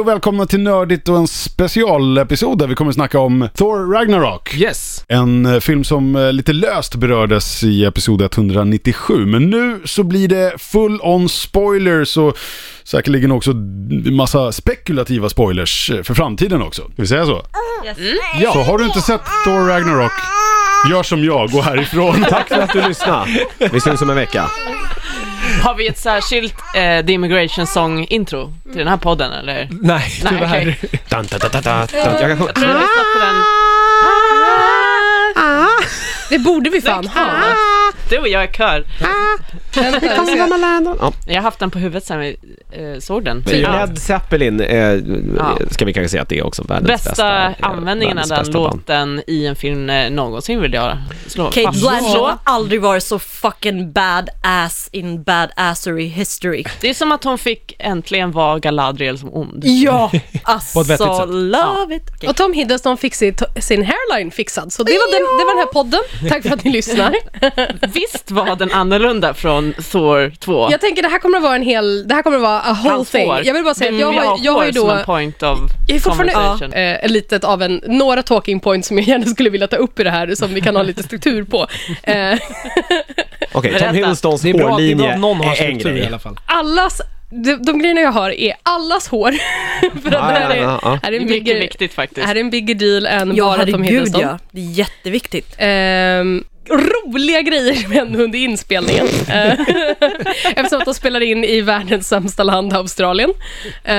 och välkomna till Nördigt och en specialepisod där vi kommer snacka om Thor Ragnarok. Yes! En eh, film som eh, lite löst berördes i episod 197. Men nu så blir det full on spoilers och säkerligen också d- massa spekulativa spoilers eh, för framtiden också. Ska vi säga så? Yes. Mm. Ja. Så har du inte sett Thor Ragnarok, gör som jag, gå härifrån. Tack för att du lyssnade. Vi syns om en vecka. Har vi ett särskilt eh, The Immigration Song intro till den här podden eller? Nej, tyvärr. okej. Dun, dun, dun, dun, dun. Jag kan sjunga. Tror du vi lyssnat på den? Det borde vi fan ha. Du och jag i kör. Vänta, jag ska- Jag har haft den på huvudet sen vi eh, såg den. Ja. Led Zeppelin eh, Ja. ska vi kanske säga att det är också världens bästa. Bästa eh, användningen världens av den bästa band. låten i en film eh, någonsin vill jag slå Kate fast. Blanchett Så. har aldrig varit så fucking badass in badassery history. Det är som att hon fick äntligen vara Galadriel som ond. Ja, På ett vettigt alltså sätt. love it. Okej. Och Tom Hiddleston fick sitt, sin hairline fixad. Så det var, den, det var den här podden. Tack för att ni lyssnar. Visst var den annorlunda från Thor 2? Jag tänker det här kommer att vara en hel, det här kommer att vara a whole Hans thing. hår. Jag vill bara säga Men att jag har, jag har ju Mm, som en då point of jag är fortfarande ja, conversation. eh, litet av en, några talking points som jag gärna skulle vilja ta upp i det här som vi kan ha lite struktur på. Eh, Okej, Berätta. Tom Hiddlestons Det är, bra, det är bra hårlinje att någon har är en struktur i grej. alla fall. allas, de, de grejerna jag har är allas hår. för att det Ja, här ja, är, ja, ja. här är Det är en mycket bigger, viktigt faktiskt. här är en bigger deal än Ja, bara Tom herregud Hiddleston. ja. Det är jätteviktigt. Ehm, roliga grejer som hände under inspelningen. Eh, Eftersom att de spelar in i världens sämsta land, Australien. Eh,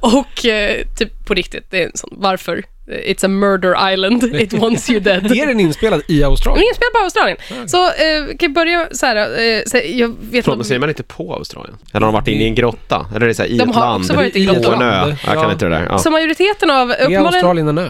och eh, typ på riktigt, det är en sån, varför? Eh, It's a murder island, it wants you dead. Är Ah. den inspelad i Men Australien? inspelad på Australien. Så eh, kan jag börja så här, eh, så här, jag vet Förlåt, men inte säger om- man inte på Australien? Eller har de varit inne i en grotta? Eller är det så här, i De ett har land? också varit i På grotta. en ö? Jag Ja. kan inte det där. Ja. Så majoriteten av... Är uppenbarligen- Australien en ö?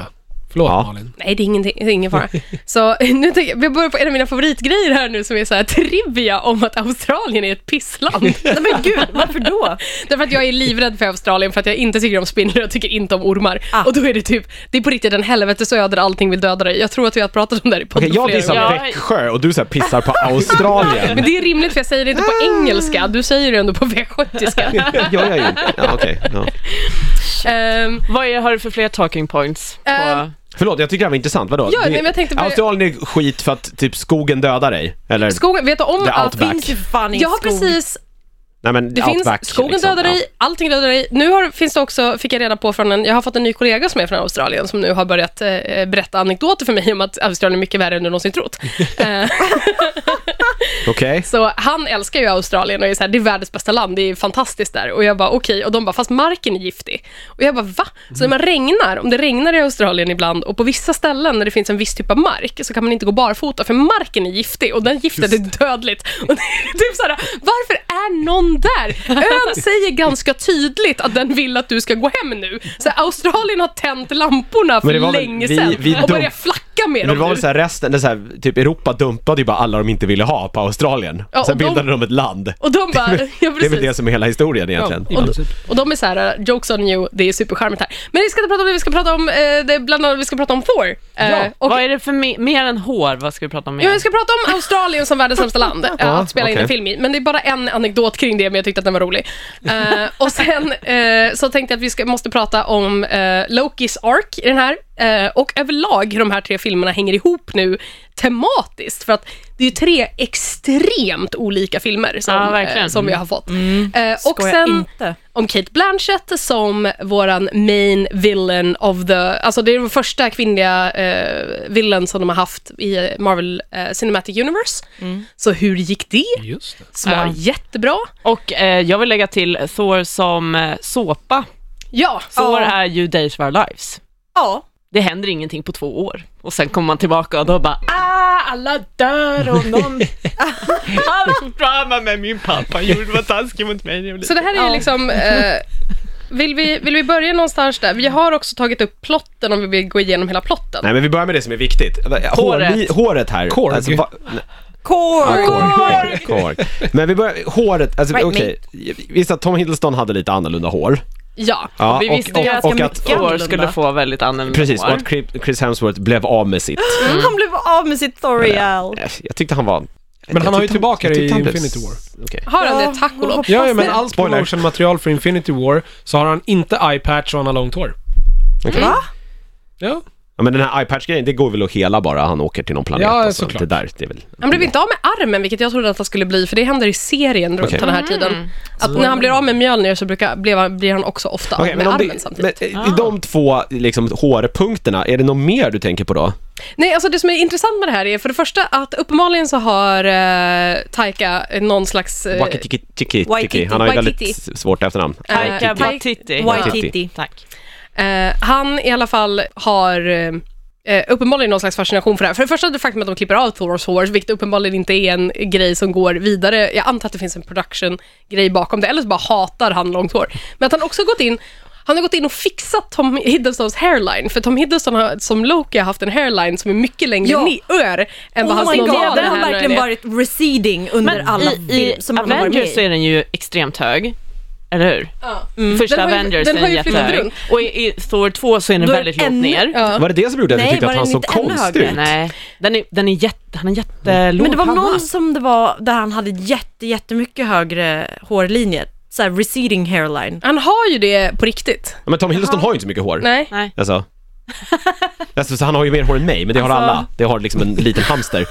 Förlåt Ja. Malin. Nej, det är, ingenting, det är ingen fara. Så nu tänker jag, vi börjar på en av mina favoritgrejer här nu som är så här trivia om att Australien är ett pissland. Nej men gud, varför då? Därför att jag är livrädd för Australien för att jag inte tycker om spindlar och tycker inte om ormar. Ah. Och då är det typ, det är på riktigt en helvetesö där allting vill döda dig. Jag tror att vi har pratat om det här i Okej, podden jag flera dissar gånger. Ja. Växjö och du så här pissar på Australien. Men det är rimligt för jag säger det inte på engelska, du säger det ändå på västgötiska. Det gör jag ju. Ja, okej. ja. Ehm, Vad är, har du för fler talking points? På... Ehm, Förlåt, jag tycker det här var intressant. Vadå? Ja, Det- nej, men jag tänkte bara- Australien är skit för att typ skogen dödar dig. Eller? skogen, vet du om The att... outback. Finns ju fan ingen Jag har skog. precis nej, men Det finns, outback, skogen liksom. dödar dig, allting dödar dig. Nu har, finns det också, fick jag reda på från en, jag har fått en ny kollega som är från Australien som nu har börjat eh, berätta anekdoter för mig om att Australien är mycket värre än du någonsin trott. Eh, Ja. Okej. så han älskar ju Australien och är så här, det är världens bästa land, det är fantastiskt där. Och jag bara okej, och de bara fast marken är giftig. Och jag bara va? Så när man regnar, om det regnar i Australien ibland och på vissa ställen när det finns en viss typ av mark så kan man inte gå barfota för marken är giftig och den giftet är dödligt. Och det är typ så här, varför är någon där? Ön säger ganska tydligt att den vill att du ska gå hem nu. Så här, Australien har tänt lamporna Men det för var väl- länge vi- sedan vi och börjar dump- flacka med Men det dem var nu. väl såhär resten, det är så här, typ Europa dumpade ju bara alla de inte ville ha på Australien. Ja, Sen och de- bildade de ett land. Och de bara, ja Det är väl precis. det som är hela historien egentligen. Ja, i princip. Och de är så här, uh, jokes on you, det är supercharmigt här. Men vi ska inte prata om det, vi ska prata om, eh, det, bland annat, vi ska prata om Thor. Eh, Ja, och, Vad är det för me- mer än hår? Vad ska vi prata om mer? ja, vi ska prata om Australien som världens sämsta land eh, Ja, att spela in okej. en film i. Men det är bara en anekdot kring det, men jag tyckte att den var rolig. Eh, och sen eh, så tänkte jag att vi ska, måste prata om eh, Lokis ark i den här. Eh, och överlag hur de här tre filmerna hänger ihop nu tematiskt. För att det är ju tre extremt olika filmer som, Ja, verkligen. Mm. eh, som vi har fått. Eh, och Skojar sen inte. om Kate Blanchett som våran main villain of the... Alltså det är den första kvinnliga eh, villain som de har haft i Marvel eh, Cinematic Universe. Så hur gick det? Just det. Svar Ja. jättebra. Och eh, jag vill lägga till Thor som eh, såpa. Ja, Thor Ja. är ju Days of Our Lives. Ja. Det händer ingenting på två år. Och sen kommer man tillbaka och då bara ah, alla dör och någon... Allt drama med min pappa gjorde var taskig mot mig. när jag blev så det här är ju liksom... Eh, vill, vi, vill vi börja någonstans där? Vi har också tagit upp plotten om vi vill gå igenom hela plotten. Nej men vi börjar med det som är viktigt. Håret, håret här. Alltså, Korg. va- Ja, Korg. korg, korg, korg. Men vi börjar, håret, alltså Right, okej. Visst att Tom Hiddleston hade lite annorlunda hår. Ja. Ja, Vi visste ju och, ganska och, och att, mycket Thor skulle få väldigt annorlunda precis, och hår. att Mm. Chris- Chris Hemsworth blev av med sitt. Han blev av med sitt Thorial. Jag tyckte han var Men han har ju tillbaka det i tyckte han blev- Infinity War. Okej. Har han Ja, det? Tack och lov. Ja, ja, men det. allt Spoiler. promotion-material för Infinity War så har han inte eyepatch och han har långt hår. Okej. Va? Ja, Ja, men den här iPatch-grejen, det går väl att hela bara. Han åker till någon planet Ja, och så. såklart. Det där, det är väl... Han blev inte av med armen, vilket jag trodde att han skulle bli, för det händer i serien runt Okej. den här tiden. Att när han blir av med Mjölnir så brukar, blev han, blir han också ofta av Okej, med men om armen det, samtidigt. men i Ah. i de två liksom, hårpunkterna, är det något mer du tänker på då? Nej, alltså det som är intressant med det här är för det första att uppenbarligen så har eh, Taika någon slags... eh, Wakitiki, tiki, tiki. Waititi, Han har ju väldigt Waititi. s- svårt efternamn. Taika Taika Waititi. Waititi. Waititi. Tack. Eh, han i alla fall har eh, uppenbarligen någon slags fascination för det här. För det första det faktum att de klipper av Thors hår, vilket uppenbarligen inte är en grej som går vidare. Jag antar att det finns en production-grej bakom det, eller så bara hatar han långt hår. Men att han också gått in han har gått in och fixat Tom Hiddlestons hairline, för Tom Hiddleston har som Loki har haft en hairline som är mycket längre Ja. ner än vad Oh hans my god, normala den har hairline verkligen är. varit receding under Men alla i, i film som han har varit Mm. med Avengers så i. är den ju extremt hög. Eller hur? Första Den har ju- Avengers den är har den ju flyttat jättehög. runt. Och i, i Thor 2 så är den Då är väldigt den lågt ännu- ner. Ja. Var det det som gjorde att du Nej, tyckte var att han den såg inte ännu konstig högre? ut? Nej, den är, den är jätte, han är jättelåg Men det var panna. någon som det var där han hade jätte, jättemycket högre hårlinjer. Så här receding hairline. Han har ju det på riktigt. Ja, Men Tom Hiddleston har ju inte så mycket hår. Nej. Nej. Alltså. alltså, så han har ju mer hår än mig, men det har Alltså. alla. Det har liksom en liten hamster.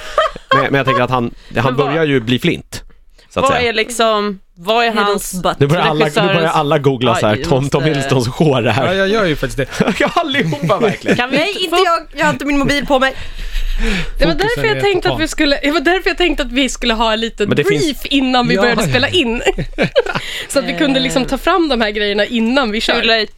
Men, men jag tänker att han, han Men vad- börjar ju bli flint. Så att Vad säga. är liksom, vad är hans... Hiddles butt. Nu börjar alla, nu regissörens- börjar alla googla så här, Aj, Tom, måste- Tom Hiddlestons hår ja här. jag gör ju faktiskt det. Allihopa verkligen. Kan vi Nej, få inte jag. Jag har inte min mobil på mig. Det var, Fokusen därför jag är tänkte på att vi skulle, det var därför jag tänkte att vi skulle ha en liten Men det brief finns- innan vi Ja, började ja. spela in. så att vi kunde liksom ta fram de här grejerna innan vi Too kör. late.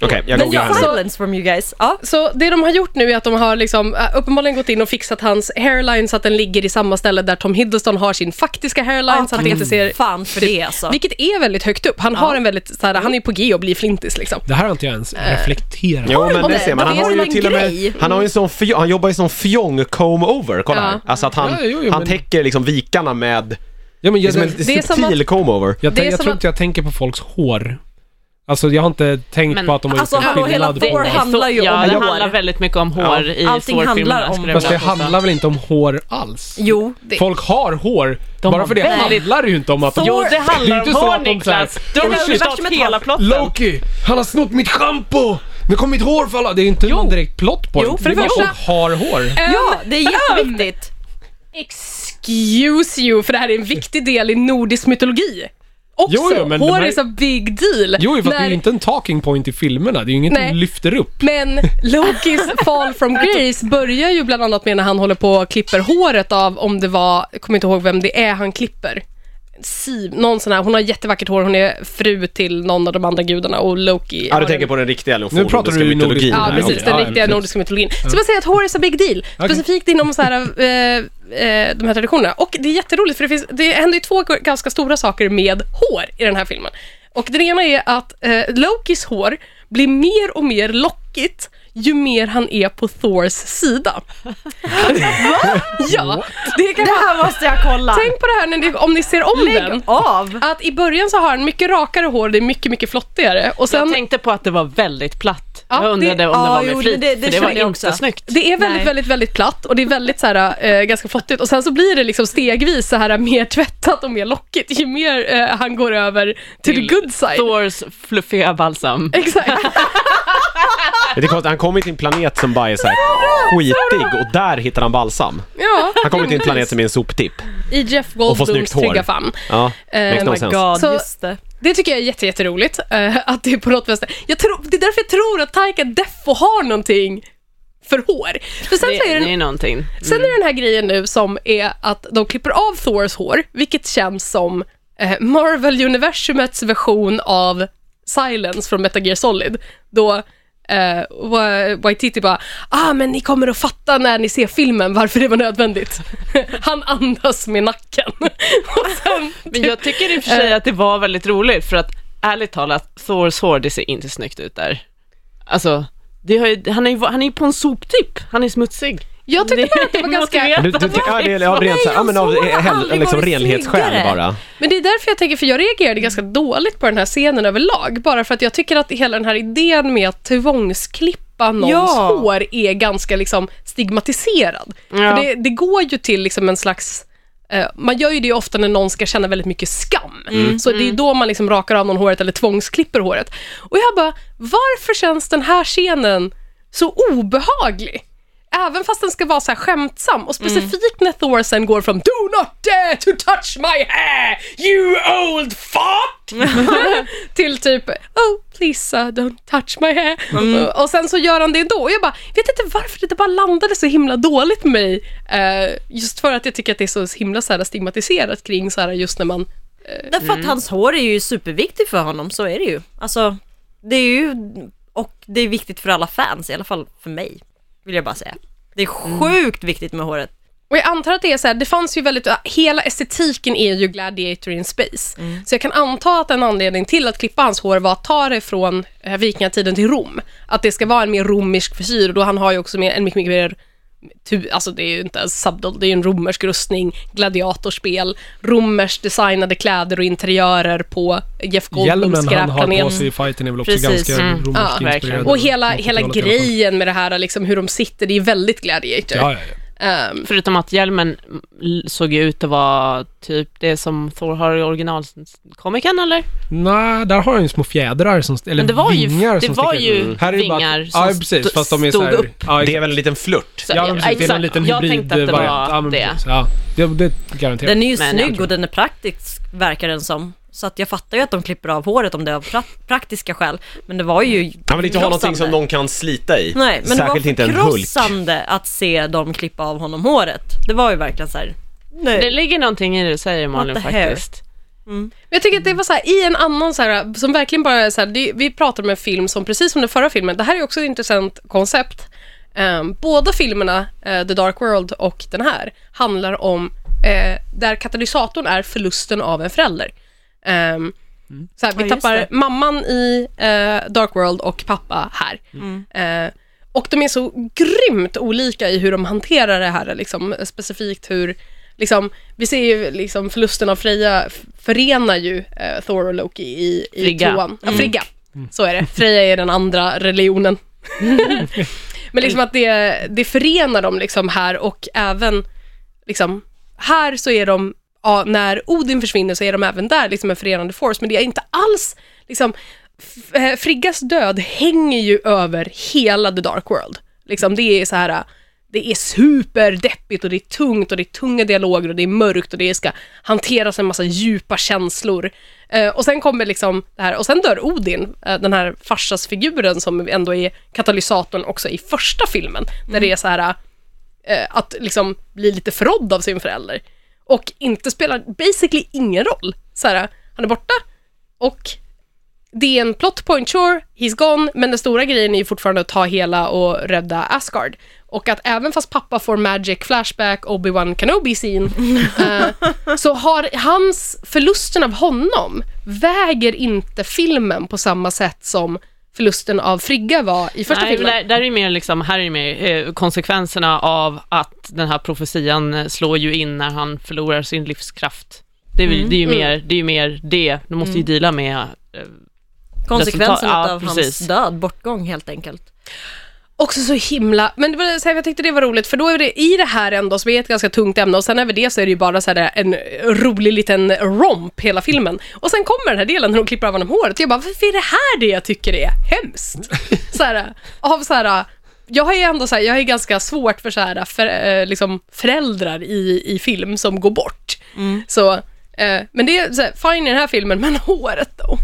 Okej, jag Men googlar här jag nu. silence from you guys. Ja. Så det de har gjort nu är att de har liksom, äh, uppenbarligen gått in och fixat hans hairline så att den ligger i samma ställe där Tom Hiddleston har sin faktiska hairline. Ja, så att det inte ser, Fan för det Mm. alltså. vilket är väldigt högt upp. Han har en väldigt, så här, han är på G och blir flintis liksom. Det här har inte jag ens reflekterat Jo men men det det- ser man, det han är har som ju en till och med, grej. han har ju en sån, fj- han jobbar i sån fjong comb over, kolla Ja. här. Alltså att han, Ja, jo, jo, han men- täcker liksom vikarna med, Ja, men det är jag, som en jag, det är som subtil comb over. jag, det är jag som tror att- inte jag tänker på folks hår. Alltså jag har inte tänkt Men- på att de har gjort Alltså, en hallå, hela skillnad. på- Thor Nej, handlar ju så- ja, om det hår. handlar väldigt mycket om hår i Allting Thor-filmerna, handlar om- skulle jag Fast det vilja påstå. handlar väl inte om hår alls? Jo. Det- Folk har hår, De bara har för det väldigt- handlar det ju inte om att de... Jo, det Det är handlar inte om så hår att de så här- Niklas. Du har Oj, shit. översatt hela plotten. Loki, han har snott mitt schampo! Nu kommer mitt hår falla! Det är ju inte någon direkt plott på Jo, det. för det är det bara första- folk har hår. Ja, det är jätteviktigt. Excuse you, för det här är en viktig del i nordisk mytologi. Också, Jo, jo, men de hår här- är så big deal. Jo, för att det är När- ju inte en talking point i filmerna. Det är ju inget Nej. de lyfter upp. Men Lokis fall from grace börjar ju bland annat med när han håller på och klipper håret av, om det var, jag kommer inte ihåg vem det är han klipper. Siv, någon sån här, hon har jättevackert hår, hon är fru till någon av de andra gudarna och Loki... Ja, har du en- tänker på den riktiga Nu pratar fornnordiska du ju mytologin. nordisk- Ja, här. precis. okej. Den Ja, ja, riktiga precis. nordiska mytologin. Så man säger att hår är så big deal. Specifikt inom så här, eh, eh, de här traditionerna. Och det är jätteroligt för det, finns, det händer ju två g- ganska stora saker med hår i den här filmen. Och den ena är att eh, Lokis hår blir mer och mer lockigt ju mer han är på Thors sida. ja, det kan Det här måste jag kolla. Tänk på det här när ni, om ni ser om den. Lägg av. Att i början så har han mycket rakare hår, det är mycket, mycket flottigare. Och sen Jag tänkte på att det var väldigt platt. Ja, jag undrade det- om det ja, var med jo, flit, men det- det för det var kände jag också. inte snyggt. Det är väldigt, Nej. väldigt, väldigt platt och det är väldigt så här, eh, ganska flottigt och sen så blir det liksom stegvis så här mer tvättat och mer lockigt ju mer eh, han går över till, Till the good side. Thors fluffiga balsam. Exakt. Det är konstigt, han kommer till en planet som bara är så här skitig och där hittar han balsam. Ja, Han kommer till en planet som är en soptipp. i Jeff får Goldblums snyggt hår. Trygga famn. Ja, Eh, makes Oh no my sense. god, Så- just det. Det tycker jag är jätte, jätteroligt, eh, att det är på något vänster. Jag tror, det är därför jag tror att Taika Defo har någonting för hår. För sen Det, så är det det är någonting. Sen Mm. är den här grejen nu som är att de klipper av Thors hår, vilket känns som eh, Marvel-universumets version av Silence från Metal Gear Solid. Då eh, Wa- Waititi bara, ah men ni kommer att fatta när ni ser filmen varför det var nödvändigt. Han andas med nacken. Och sen, Men jag tycker i och för Eh. sig att det var väldigt roligt för att ärligt talat, Thors hår, det ser inte snyggt ut där. Alltså, det har ju, han, är ju, han är ju på en soptipp, han är smutsig. jag tyckte bara att det var ganska... Du, du, ja, det är av rent så här, ja, men av Nej, hans hår har hel- aldrig liksom varit renhetsskäl snyggare. bara. Men det är därför jag tänker, för jag reagerade ganska dåligt på den här scenen överlag. Bara för att jag tycker att hela den här idén med att tvångsklippa någons Ja. hår är ganska liksom stigmatiserad. Ja. För det, det går ju till liksom en slags Eh, Man gör ju det ofta när någon ska känna väldigt mycket skam. Så det är då man liksom rakar av någon håret eller tvångsklipper håret. Och jag bara, varför känns den här scenen så obehaglig? Även fast den ska vara så här skämtsam och specifikt när Thor sen går från Do not dare to touch my hair you old fart till typ Oh please sir, don't touch my hair och, och sen så gör han det då och jag bara vet inte varför det bara landade så himla dåligt med mig eh, just för att jag tycker att det är så himla så här stigmatiserat kring så här just när man Därför att hans hår är ju superviktigt för honom, så är det ju. Alltså, det är ju, och det är viktigt för alla fans, i alla fall för mig, vill jag bara säga. Det är sjukt viktigt med håret. Och jag antar att det är så här, det fanns ju väldigt, hela estetiken är ju Gladiator in Space. Så jag kan anta att en anledning till att klippa hans hår var att ta det från eh, vikingatiden till Rom. Att det ska vara en mer romersk frisyr och då han har ju också mer, en mycket, mycket mer tu- Alltså det är ju inte ens subdol, det är ju en romersk rustning, gladiatorspel, romersk designade kläder och interiörer på Jeff Goldblums Hjälmen han har på skräpplanet. sig i fighten är väl också Precis. ganska Mm. romersk Ja, inspirerad. verkligen. Och hela, hela 80-talet i alla fall. grejen med det här, liksom hur de sitter, det är väldigt Gladiator. Ja, ja, ja. Ehm, Förutom att hjälmen l- såg ju ut att vara typ det som Thor har i originalkomikern eller? Nej, där har han ju små fjädrar som, st- eller Men det var ju, vingar som det var sticker ut. ju Här är ju bara- vingar ja, som precis, st- fast de är så stod här, upp. Ja, Det är väl en liten flört? Så, Ja, men precis. Det är en liten jag tänkte att det hybridvariant. Ja, var men det. precis. Ja, det, det garanterat. Den är ju Men jag snygg tror- och den är praktisk, verkar den som. Så att jag fattar ju att de klipper av håret om det är av pra- praktiska skäl. Men det var ju Han vill inte ha någonting som krossande. någon kan slita i. Nej, men Särskilt inte det en var Hulk. förkrossande att se dem klippa av honom håret. Det var ju verkligen så här. Nej. Det ligger någonting i det du säger Malin What the hell? faktiskt. Men jag tycker att det var så här, i en annan så här, som verkligen bara är så här, det, vi pratar om en film som precis som den förra filmen, det här är också ett intressant koncept. Ehm, båda filmerna, eh, The Dark World och den här, handlar om eh, där katalysatorn är förlusten av en förälder. Ehm, så här, vi Mm. Ja, just tappar det. mamman i eh, Dark World och pappa här. Mm. Eh, och de är så grymt olika i hur de hanterar det här, liksom, specifikt hur Liksom, vi ser ju liksom förlusten av Freja f- förenar ju eh, Thor och Loki i, i Frigga. tvåan. Ja, Frigga. Så är det. Freja är den andra religionen. Men liksom att det, det förenar dem liksom här och även liksom, här så är de, ja, när Odin försvinner så är de även där liksom en förenande force, men det är inte alls liksom, f- eh, Friggas död hänger ju över hela The Dark World. Liksom, det är så här, eh, det är superdeppigt och det är tungt och det är tunga dialoger och det är mörkt och det ska hanteras en massa djupa känslor. Eh, och sen kommer liksom det här, och sen dör Odin, eh, den här farsasfiguren som ändå är katalysatorn också i första filmen, där det är så här, eh, eh, att liksom bli lite förrådd av sin förälder. Och inte spelar basically ingen roll. Så här, han är borta och det är en plot point, sure, he's gone, men den stora grejen är ju fortfarande att ta hela och rädda Asgard. Och att även fast pappa får magic flashback, Obi-Wan Kenobi scene, eh, så har hans, förlusten av honom väger inte filmen på samma sätt som förlusten av Frigga var i första Nej, filmen. där, där är ju mer liksom, här är ju mer eh, konsekvenserna av att den här profetian eh, slår ju in när han förlorar sin livskraft. Det är, ju- Mm. det är ju mer det, är ju mer det. de måste ju deala med eh, Konsekvensen Resultat- ja, av precis. hans död, bortgång helt enkelt. Också så himla, men det var, så här, jag tyckte det var roligt för då är det i det här ändå som är ett ganska tungt ämne och sen över det så är det ju bara så här, en rolig liten romp hela filmen. Och sen kommer den här delen när de klipper av honom håret jag bara varför är det här det jag tycker är hemskt? Så här, av så här, jag har ju ändå så här, jag har ju ganska svårt för så här, för, eh, liksom föräldrar i, i film som går bort. Mm. Så, eh, men det är så här, fine i den här filmen, men håret då?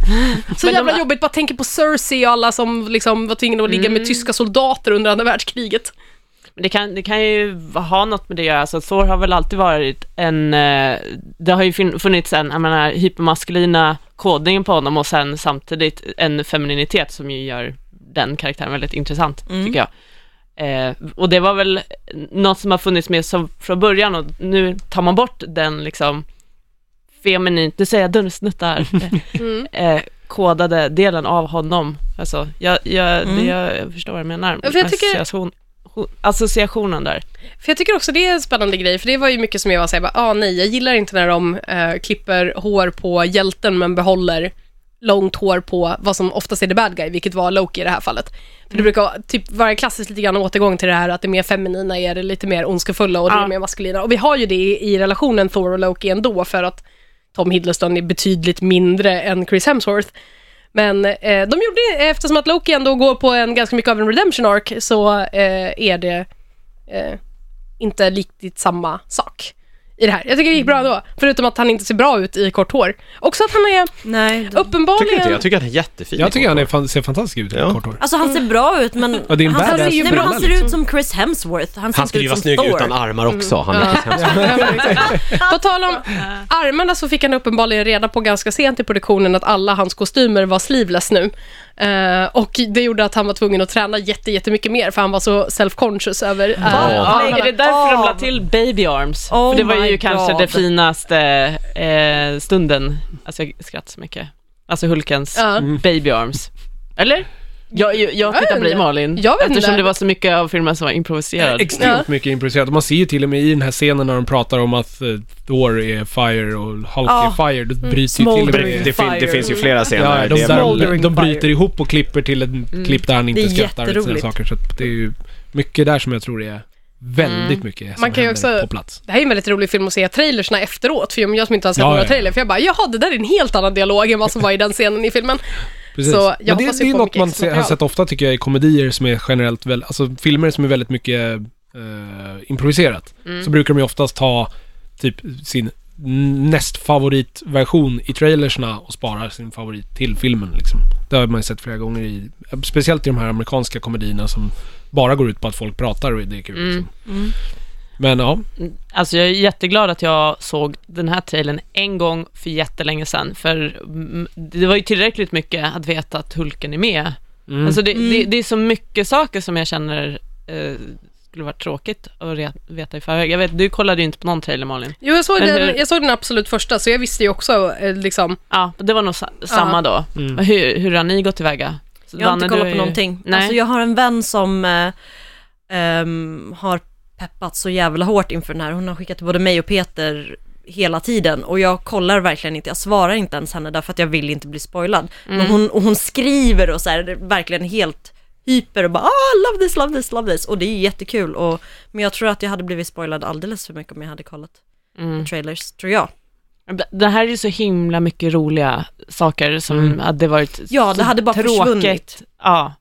Så Men de- jävla jobbigt, bara tänker på Cersei och alla som liksom var tvingade att ligga Mm. med tyska soldater under andra världskriget. Men Det kan, det kan ju ha något med det att göra, alltså, Thor har väl alltid varit en, eh, det har ju fin- funnits en, jag menar, hypermaskulina kodningen på honom och sen samtidigt en femininitet som ju gör den karaktären väldigt intressant, tycker jag. Eh, och det var väl något som har funnits med som, från början och nu tar man bort den liksom feminint, nu säger jag dunnsnuttar, eh, kodade delen av honom. Alltså, jag, jag, det, jag, jag förstår vad du menar. Ja, för jag tycker- Association, ho- associationen där. För jag tycker också det är en spännande grej, för det var ju mycket som jag var såhär, bara, ah, nej, jag gillar inte när de eh, klipper hår på hjälten men behåller långt hår på vad som oftast är the bad guy, vilket var Loki i det här fallet. För det brukar typ vara klassiskt lite grann återgång till det här att det mer feminina är det lite mer ondskefulla och det Ja. är mer maskulina. Och vi har ju det i, i relationen Thor och Loki ändå för att Tom Hiddleston är betydligt mindre än Chris Hemsworth. Men eh, de gjorde, eftersom att Loki ändå går på en ganska mycket av en redemption arc, så eh, är det eh, inte riktigt samma sak i det här. Jag tycker det gick bra då, förutom att han inte ser bra ut i kort hår. Också att han är Nej. då- uppenbarligen... Tycker du inte? Jag tycker att han är jättefin. Jag tycker han är fan, ser fantastisk ut i Ja. kort hår. Alltså han ser bra ut men... Ja, det är en han, ser, badass nej, men han kille, ser liksom. ut som Chris Hemsworth. Han ser Han inte skulle ju ut vara som snygg Thor. Mm. utan armar också. Han är Ja. hemskt Ja, men exakt. På tal om armarna så fick han uppenbarligen reda på ganska sent i produktionen att alla hans kostymer var sleeveless nu. Eh, och det gjorde att han var tvungen att träna jätte, jättemycket mer för han var så self-conscious över... eh, Ja, Ja. är det därför de la Av. till baby arms? Oh För det var my ju kanske God. det finaste eh, stunden. Alltså jag skrattar så mycket. Alltså Hulkens Ja. baby arms. Eller? Jag, jag, jag vet tittar på dig inte. Malin, Jag vet inte. eftersom det var så mycket av filmen som var improviserad. Extremt mycket improviserat. Man ser ju till och med i den här scenen när de pratar om att eh, Thor är fire och Hulk Ja. är fire. Då bryter ju till och Smoldering. med... Det, fin- det finns ju flera scener. Ja, de, det är väl- där, de bryter ihop och klipper till ett klipp där han inte Det är skrattar åt sina jätteroligt. saker. Så att det är ju mycket där som jag tror är väldigt mycket som Man kan ju händer också- på plats. Det här är en väldigt rolig film att se trailersna efteråt, för jag som inte har sett Ja, några ja, ja. trailer, för jag bara jaha, det där är en helt annan dialog än vad som var i den scenen i filmen. Precis. Så jag Men det, hoppas det ju är på något mycket man extra se, har material. sett ofta tycker jag i komedier som är generellt väl, alltså filmer som är väldigt mycket eh, improviserat. Mm. Så brukar de ju oftast ta typ sin näst favoritversion i trailersna och sparar sin favorit till filmen liksom. Det har man ju sett flera gånger i, speciellt i de här amerikanska komedierna som bara går ut på att folk pratar och det är Mm. kul liksom. Mm. Men ja, Alltså jag är jätteglad att jag såg den här trailern en gång för jättelänge sedan, för mm, det var ju tillräckligt mycket att veta att Hulken är med. Mm. Alltså det, det, det är så mycket saker som jag känner eh, skulle varit tråkigt att re- veta i förväg. Jag vet, du kollade ju inte på någon trailer Malin. Jo, jag såg, Eller den, hur? jag såg den absolut första, så jag visste ju också eh, liksom... Ja, det var nog sa- samma då. Men Hur, hur har ni gått tillväga? Så Jag har inte Danne, kollat du är på ju- någonting. Nej. Alltså jag har en vän som eh, ehm, har peppat så jävla hårt inför den här. Hon har skickat till både mig och Peter hela tiden och jag kollar verkligen inte, jag svarar inte ens henne därför att jag vill inte bli spoilad. Mm. Men hon, och hon skriver och så här, det är verkligen helt hyper och bara ah, love this, love this, love this och det är jättekul och men jag tror att jag hade blivit spoilad alldeles för mycket om jag hade kollat Mm. på trailers, tror jag. D- Det här är ju så himla mycket roliga saker som Mm. hade varit Ja, det så hade bara försvunnit. Ja.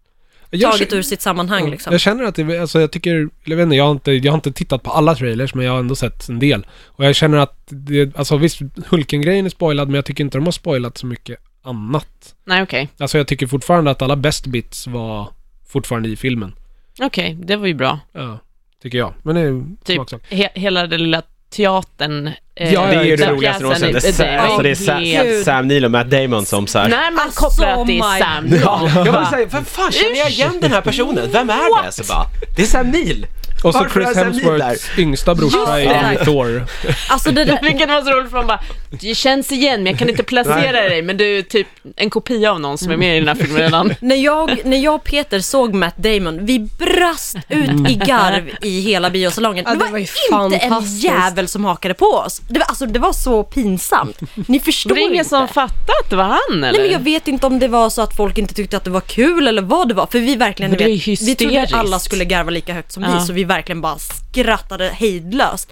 jag Taget ur sitt sammanhang liksom. Jag känner att det, alltså jag tycker, jag vet inte, jag har inte, jag har inte tittat på alla trailers men jag har ändå sett en del. Och jag känner att, det, alltså visst, Hulken-grejen är spoilad men jag tycker inte de har spoilat så mycket annat. Nej, okej. Alltså jag tycker fortfarande att alla best bits var fortfarande i filmen. Okej, det var ju bra. Ja, tycker jag. Men det är ju Typ smaksak. he- hela den lilla teatern. eh, Ja, Det är ju det där roligaste pjäsen någonsin. i- Det är, Sa- var alltså det är helt- Sa- Sam Neill och Matt Damon som så här. När man Alltså, kopplar att det my- är Sam Neill. Jag bara säger, vem fan känner jag igen den här personen? Vem är det? Så bara, det är Sam Neill! Och så Varför är Chris Sam Neill Hemsworths yngsta brorsa det. i Thor. Oh Alltså det där, Vilket var så roligt för man bara, det känns igen men jag kan inte placera dig men du är typ en kopia av någon som är med i den här filmen redan. När jag, när jag och Peter såg Matt Damon, vi brast ut i garv i hela biosalongen. Ja, det, det var var ju inte en fantastiskt. jävel som hakade på oss. Det var, alltså, det var så pinsamt. Ni Det förstår var ingen inte. som fattade att det var han eller? Nej, men jag vet inte om det var så att folk inte tyckte att det var kul eller vad det var. För vi verkligen, Men det ni är ju vet, vi trodde att hysteriskt. alla skulle garva lika högt som Ja. vi, så vi verkligen bara skrattade hejdlöst.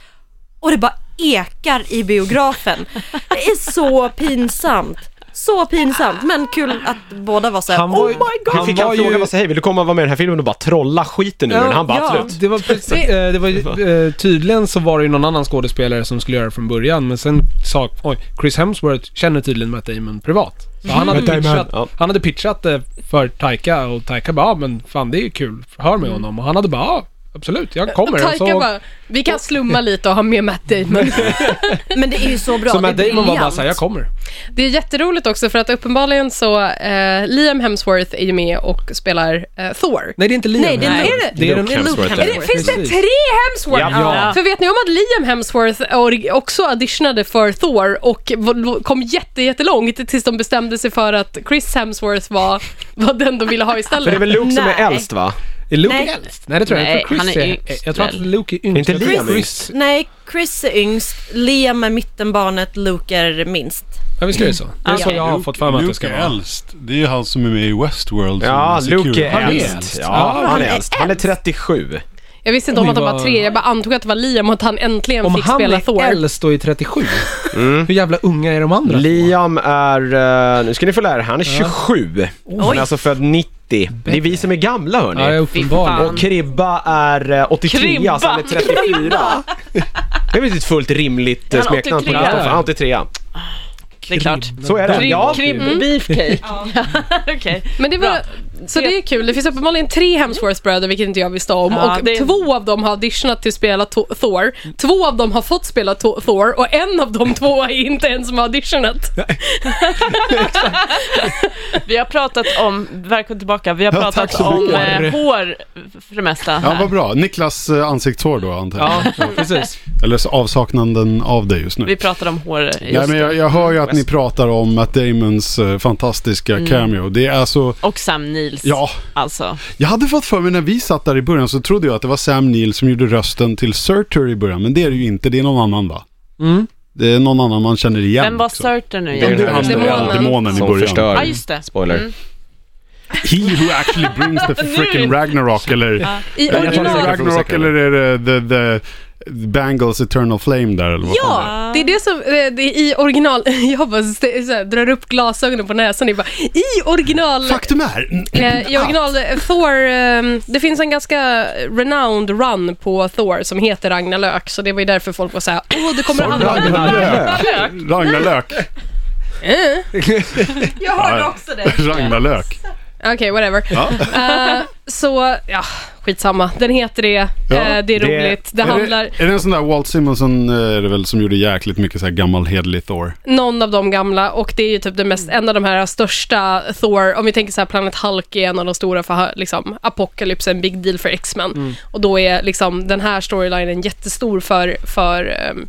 Och det bara ekar i biografen. Det är så pinsamt. Så pinsamt, men kul att båda var så här, Han var oh ju- my god. Han fick han fråga vad hej vill du komma och vara med i den här filmen och bara trolla skiten ur den? Han bara absolut. Det var, precis- eh, det var, ju- eh, tydligen så var det ju någon annan skådespelare som skulle göra det från början men sen sa, oj, Chris Hemsworth känner tydligen Matt Damon privat. Så han, hade Mm. Matt Damon, pitchat, ja. han hade pitchat det för Taika och Taika bara, ah, men fan det är ju kul, hör med honom. Och han hade bara, ah, absolut, jag kommer. Och Och Taika så, bara, vi kan slumma lite och ha med Matt Damon. "Oh." Men det är ju så bra, så det är Matt Damon var bara briljant. såhär, jag kommer. Det är jätteroligt också för att uppenbarligen så eh, Liam Hemsworth är ju med och spelar eh, Thor. Nej det är inte Liam Nej, det är- Hemsworth. är det- det är den Luke Hemsworth, Luke där. Hemsworth. Finns det Precis. tre Hemsworth? Ja. Ja. För vet ni om att Liam Hemsworth or- också auditionade för Thor och v- kom jätte, jättelångt tills de bestämde sig för att Chris Hemsworth var, var den de ville ha För det är istället? väl Luke som är Nej. äldst va? Är Luke Nej. äldst? Nej, det tror jag Nej, inte. Chris han är är, yngst Jag tror att väl? Luke är yngst. Inte Jag tror Liam Chris- yngst? Nej, Chris är yngst, Liam är mittenbarnet, Luke är minst. Ja, visst är det så? Det är så Okej. jag har fått för mig att det ska Luke vara. är äldst. Det är ju han som är med i Westworld. som Ja, Luke security. är är äldst. äldst. Ja, Ja, han är är äldst. Han är 37. Jag visste inte om Oj, att de var vad- tre, jag bara antog att det var Liam och att han äntligen Om fick han spela är Thor. äldst och är 37, hur jävla unga är de andra? Liam är, eh, nu ska ni få lära er, han är 27. Han är alltså född 90. Det är vi som är gamla Ja, jag hörni. är Fy fan. uppenbarligen. Och Kribba är eh, 83, Kribba! så han är 34. Det är väl ett fullt rimligt eh, Han är smeknamn på 83. Kristoffer. Han är 83. Det är klart. Så är det. Krim, Ja. typ. krim och beefcake. Okej. Men det var, så det är kul, det finns uppenbarligen tre Hemsworth-bröder, vilket inte jag visste om. Ja, och det- två av dem har auditionat till att spela To- Thor, två av dem har fått spela To- Thor och en av de två är inte ens som har auditionat. Vi har pratat om, välkommen tillbaka, vi har Ja, tack pratat så om mycket. eh, hår för det mesta Ja, här. vad bra. Niklas eh, ansiktshår då antar jag. Ja, precis. Eller så avsaknaden av det just nu. Vi pratade om hår just Nej, men jag, jag hör ju att ni West. pratar om Matt Damons eh, fantastiska cameo. Det är alltså, Och Sam Nils, ja, alltså. jag hade fått för mig när vi satt där i början så trodde jag att det var Sam Neill som gjorde rösten till Surtur i början, men det är det ju inte, det är någon annan va? Mm. Det är någon annan man känner igen. Vem var också. Surter nu Det är igen? den här Han, demonen. Demonen. demonen i som början. Ja, förstör. just det. Spoiler. Mm. He who actually brings the freaking Nu. Ragnarok eller... Är I det jag tar det original... säkert. Ragnarok eller är det the, the Bangles Eternal Flame där eller vad fan det är? Ja, det är det som, eh, det är i original, jag bara st- så här, drar upp glasögonen på näsan och bara, i original... Faktum är... Eh, I original eh, Thor, ehm, det finns en ganska renowned run på Thor som heter Ragnarök, så det var ju därför folk var såhär, åh det kommer andra. Ragnarök. Ragnarök. eh." Jag hörde också det. Ragnarök. Okej, whatever. Ja. Eh, så, ja, skitsamma. Den heter det, Ja, eh, det det- är roligt. Det, Är det, handlar, är det en sån där Walt Simonson eh, är det väl, som gjorde jäkligt mycket så här gammal hederlig Thor? någon av de gamla och det är ju typ det mest, en av de här största Thor, om vi tänker så här Planet Hulk är en av de stora för liksom, Apocalypse, en big deal för X-Men. Och då är liksom den här storylinen jättestor för, för ehm,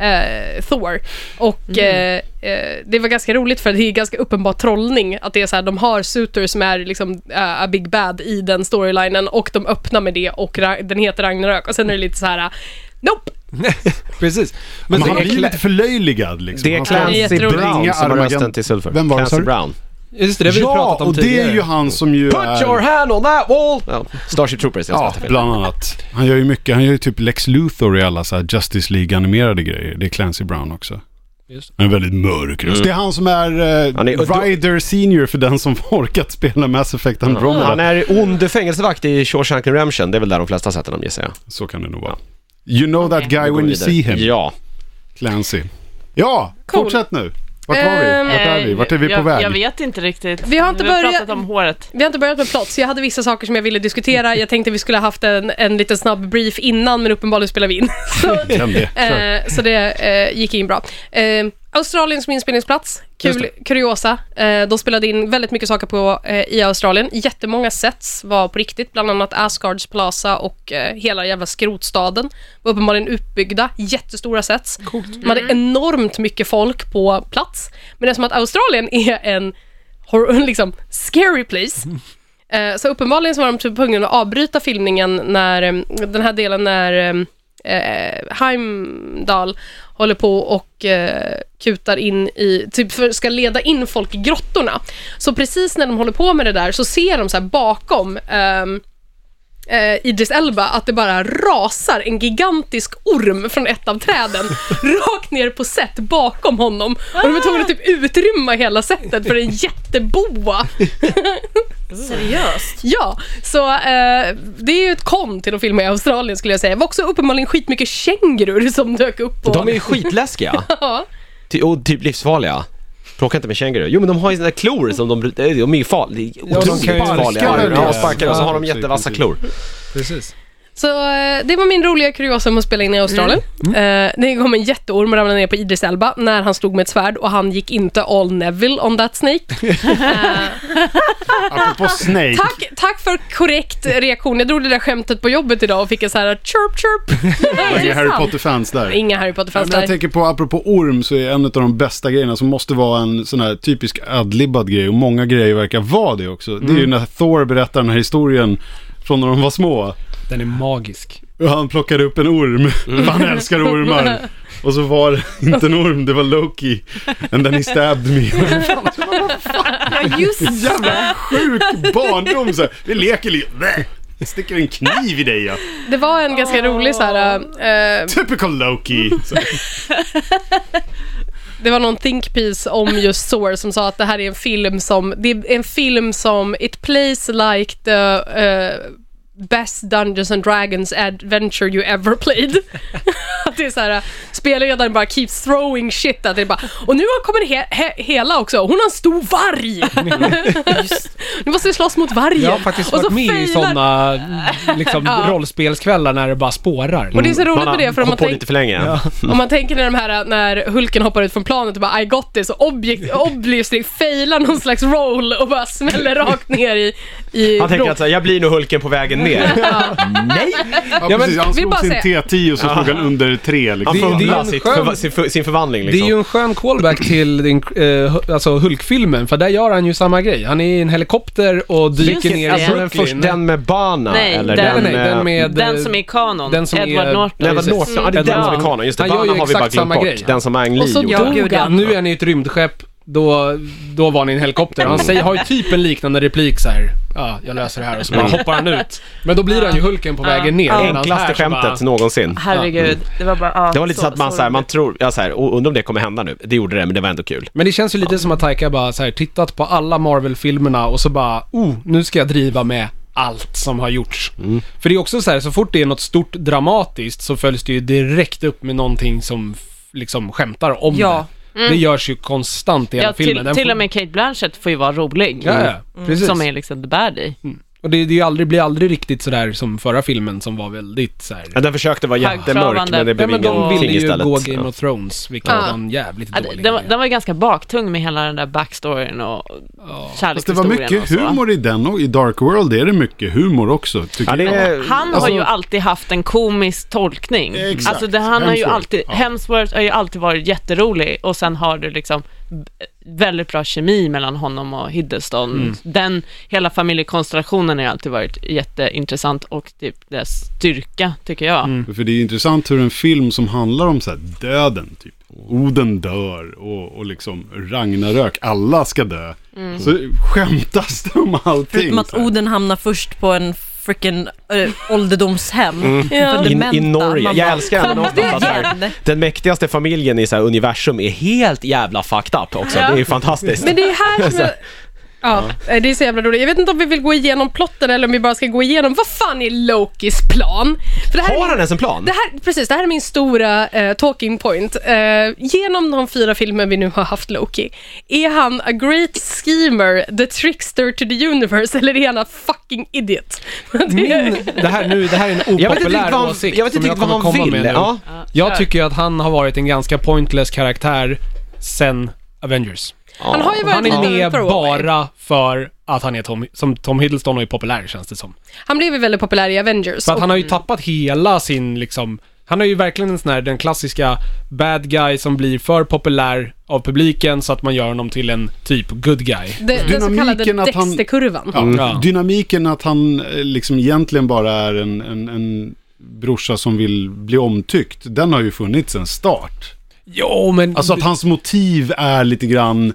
eh, Thor. Och eh, eh, det var ganska roligt för det är ganska uppenbar trollning att det är så här, de har Suter som är liksom eh, a big bad i den storylinen och de öppnar med det och ra- den heter Ragnarök och sen är det lite så här eh, Nope! precis. Men, Men, han det blir är lite förlöjligad liksom. Det är Han får- Det är Clancy jätteroligt. Brown Inga som har Armageddon. rösten till Sulfur. Vem var det, sa Clancy du? Brown. just det, det har vi Ja, pratat om och det tidigare. är ju han som ju Put är... your hand on that wall! Ja. Starship Troopers, jag Ja, ska ja. bland annat. Han gör ju mycket. Han gör ju typ Lex Luthor i alla så här Justice League-animerade grejer. Det är Clancy Brown också. Just. Han är väldigt mörk röst. Mm. Det är han som är, eh, Han är- Ryder Senior för den som orkat spela Mass Effect Andromeda. Han är ond fängelsevakt i Shawshank Redemption. Det är väl där de flesta sett honom gissar jag. Så kan det nog vara. You know that Okej. guy when you see him, Ja. Clancy. Ja, Cool. fortsätt nu. Vart var vi? Ehm, Vart är vi? Vart är vi på Eh, jag, väg? Jag vet inte riktigt. Vi har inte börjat- pratat om håret. Vi har inte börjat med plott, så jag hade vissa saker som jag ville diskutera. Jag tänkte vi skulle ha haft en, en liten snabb brief innan, men uppenbarligen spelar vi in. Så, Glöm det. Kör. eh, så det eh, gick in bra. Eh, Australien som inspelningsplats, kul kuriosa. Eh, de spelade in väldigt mycket saker på, eh, i Australien. Jättemånga sets var på riktigt, bland annat Asgards Plaza och eh, hela jävla skrotstaden var uppenbarligen utbyggda, jättestora sets. Man hade enormt mycket folk på plats. Men det är som att Australien är en hor- liksom, scary place. Eh, Så uppenbarligen så var de typ tvungna att avbryta filmningen när eh, den här delen när eh, eh, Heimdall håller på och eh, kutar in i, typ för, ska leda in folk i grottorna. Så precis när de håller på med det där så ser de så här bakom ehm, eh, Idris Elba att det bara rasar en gigantisk orm från ett av träden rakt ner på set bakom honom. Och de var tvungna att typ utrymma hela setet för en jätteboa. Seriöst? Ja, så eh, det är ju ett kon till att filma i Australien skulle jag säga. Det var också uppenbarligen skitmycket kängurur som dök upp. På. De är ju skitläskiga. Ja. Ty- och typ livsfarliga. Bråka inte med kängurur. Jo men de har ju sådana där klor som de, de är ju farliga. Ja, de Otroligt kan ju farliga. sparka Ja, den. de sparkar och så har de Ja, jättevassa precis. klor. Precis. Så eh, det var min roliga kuriosa om att spela in i Australien. Mm. Eh, det kom en jätteorm och ramlade ner på Idris Elba när han slog med ett svärd och han gick inte all Neville on that snake. Eh, Apropå Snake. Tack, tack för korrekt reaktion. Jag drog det där skämtet på jobbet idag och fick en så här chirp chirp. Många Harry Potter-fans där. Inga Harry Ja, Potter-fans men jag där. tänker på, apropå orm, så är en av de bästa grejerna som måste vara en sån här typisk adlibbad grej och många grejer verkar vara det också. Det är ju när Thor berättar den här historien från när de var små. Den är magisk. Och han plockade upp en orm, för han älskar ormar. Och så var det inte en orm, det var Loki. And then he stabbed me. Ja, just Jävla sjuk barndom så här. Vi leker lite. Bäh. Jag sticker en kniv i dig ja. Det var en ganska rolig så här, eh, Typical Loki. Så här. det var någon think piece om just Soar som sa att det här är en film som, det är en film som, it plays like the eh, best Dungeons and Dragons adventure you ever played. att det är så här, uh, spelledaren bara keeps throwing shit, att det är bara, och nu kommer he, he, hela också, hon har en stor varg! nu måste vi slåss mot vargen! Jag har faktiskt Och så varit med i failar- sådana liksom, rollspelskvällar när det bara spårar. Och det är så roligt med det, för Mm. man om man på tänker lite för länge. Om man tänker när de här, när Hulken hoppar ut från planet och bara I got this, och objekt, obviously failar någon slags roll och bara smäller rakt ner i... i Han tänker bron. att så här, jag blir nog Hulken på vägen ner. Nej! Ja, men precis, han vill slog bara sin säga- T10 och så slog han under tre liksom. Han Det- det fumlar är en sitt skön- förva- sin, för, sin förvandling Det är liksom. ju en skön callback till din, eh, alltså Hulk-filmen, för där gör han ju samma grej. Han är i en helikopter och dyker Just ner det. i Alltså den, först, Brooklyn. den med Bana Nej, eller den- Nej, nej, den eh, med... Den som är kanon, den som Edward är- Norton. Nej, vad Precis. Norton. Ja, det är Edward den som är Norton. kanon. Just det, Mm. Han gör Bana ju har vi bara exakt glömt samma bort. grej. Den som Ang Och Lee så gjorde. dog- Dog gud, ja. han? Nu är ni i ett rymdskepp, då, då var ni i en helikopter. Han säger, har ju typ en liknande replik så här. Ja, jag löser det här och så bara hoppar han ut. Men då blir han ju Hulken på vägen ner. medan han här Enklaste så bara- skämtet någonsin. Herregud, det var bara... ja, Det var lite så att man, så här, man tror, ja, så här, "Oh, undrar om det kommer hända nu. Det gjorde det, men det var ändå kul. Men det känns ju lite som att Taika bara så här, tittat på alla Marvel-filmerna och så bara, oh, nu ska jag driva med allt som har gjorts. För det är också så här, så fort det är något stort dramatiskt så följs det ju direkt upp med någonting som f- liksom skämtar om Ja. det. Det görs ju konstant i hela Mm. Ja, filmen. till, Den till får- och med Kate Blanchett får ju vara rolig. Mm. Ja, ja, precis. Som är liksom the baddie. Och det, det är ju aldrig, blir aldrig riktigt sådär som förra filmen som var väldigt såhär... Ja, den försökte vara jättemörk, Högtravande. men det Ja, blev men de ville ingenting ju istället. gå Game Ja. of Thrones, vilket Ja. var en jävligt Ja, dålig den, var- idé. den var ju ganska baktung med hela den där backstoryn och Fast det var kärlekshistorien och mycket så. humor i den och i Dark World är det mycket humor också. Tycker Ja, det jag. är, Han Alltså- har ju alltid haft en komisk tolkning. Exakt. Alltså det, han har ju Hemsworth, alltid, ja. Hemsworth har ju alltid varit jätterolig och sen har du liksom b- väldigt bra kemi mellan honom och Hiddleston. Mm. Den, hela familjekonstellationen har ju alltid varit jätteintressant och typ dess styrka tycker jag. Mm. Mm. För det är ju intressant hur en film som handlar om så här döden, typ Oden dör och, och liksom Ragnarök, alla ska dö. Så skämtas det om allting. Förutom att så här. Oden hamnar först på en freaking äh, ålderdomshem. För i, dementa. I Norge. Man Jag bara, älskar ändå "Kom någonstans att så här, igen!" den mäktigaste familjen i så här universum är helt jävla fucked up också. Det är ju fantastiskt. Men det är här som jag, Ja, eh, det är så jävla roligt. Jag vet inte om vi vill gå igenom plotten eller om vi bara ska gå igenom, vad fan är Lokis plan? För det här är Har min- han ens en plan? Det här, precis, det här är min stora eh, talking point. Eh, genom de fyra filmer vi nu har haft Loki, är han a great schemer, the trickster to the universe, eller är han a fucking idiot? Det är- Min, det här nu, det här är en Jag vet inte opopulär riktigt vad han- åsikt jag vet som inte jag riktigt vad kommer han komma vill. med nu. Ja. Jag tycker ju att han har varit en ganska pointless karaktär sen Avengers. han har ju varit Han är lite med throwaway. bara för att han är Tom, som Tom Hiddleston och är populär känns det som. Han blev ju väldigt populär i Avengers. För att han har ju tappat hela sin liksom, han är ju verkligen en sån här, den klassiska bad guy som blir för populär av publiken så att man gör honom till en typ good guy. och den, den så kallade dynamiken att han- Dexter-kurvan. Ja, Ja. Dynamiken att han eh, liksom egentligen bara är en, en, en brorsa som vill bli omtyckt, den har ju funnits sedan start. Jo, men... Alltså att hans motiv är lite grann,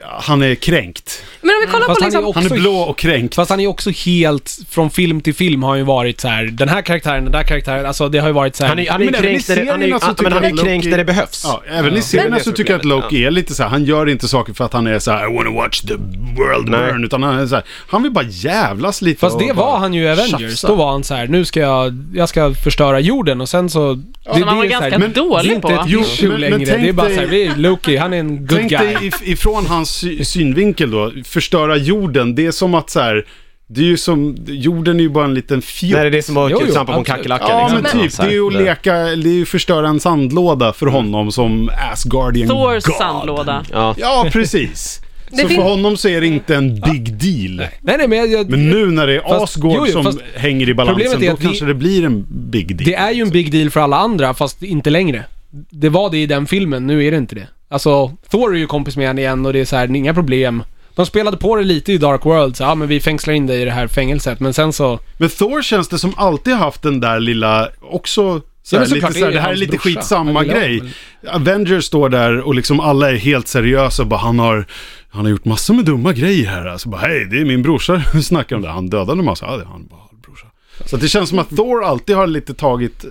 ja, han är kränkt. Men om vi kollar Fast på han är liksom... också- Han är blå och kränkt. Fast han är också helt, från film till film har han ju varit så här. den här karaktären, den där karaktären, alltså det har ju varit så här. Han är, han är Men även kränkt i när det- han är, serierna så ja, tycker men han är jag att kränkt Loki- när det behövs. Ja, även i Det är serierna det så som tycker jag att problemet, Loki är lite så här, han gör inte saker för att han är så här, I wanna watch the world Nej. burn, utan han är så här, han vill bara jävlas lite. Fast och det bara var han ju i Avengers. tjafsa. Då var han så här, nu ska jag, jag ska förstöra jorden och sen så... det, Som han var är så här, ganska men dålig det är inte på. ett Jo, issue men- men längre. tänk det är bara så här, dig- vi är Loki, han är en good Tänk guy. dig if- ifrån hans sy- synvinkel då, förstöra jorden, det är som att så här, det är ju som, jorden är ju bara en liten fjutt. Nej, det är det som att Jo, jo, trampa på en absolut. kackerlacka Ja liksom. men typ, Så här. det är ju att leka, det är ju att förstöra en sandlåda för Mm. honom som Asgardian Thors God. sandlåda. Ja. Ja, precis. Det Så fin- för honom så är det inte en big deal. Nej, nej, men jag, jag, Men nu när det är Fast- Asgård jo, jo, som fast- hänger i balansen, problemet är då att vi- kanske det blir en big deal. det är ju en big deal för alla andra, fast inte längre. Det var det i den filmen, nu är det inte det. Alltså, Thor är ju kompis med henne igen och det är så här, inga problem. De spelade på det lite i Dark World, så ja men vi fängslar in dig i det här fängelset, men sen så... Men Thor känns det som alltid haft den där lilla, också så Ja, här, lite men såklart, så här, det är det här är hans lite brorsa. skitsamma Jag gillar grej. honom. Avengers står där och liksom alla är helt seriösa och bara han har, han har gjort massor med dumma grejer här. Alltså bara hej, det är min brorsa du snackar om det. Han dödade en massa, ja det är han bara halvbrorsa. Så att det känns som att Thor alltid har lite tagit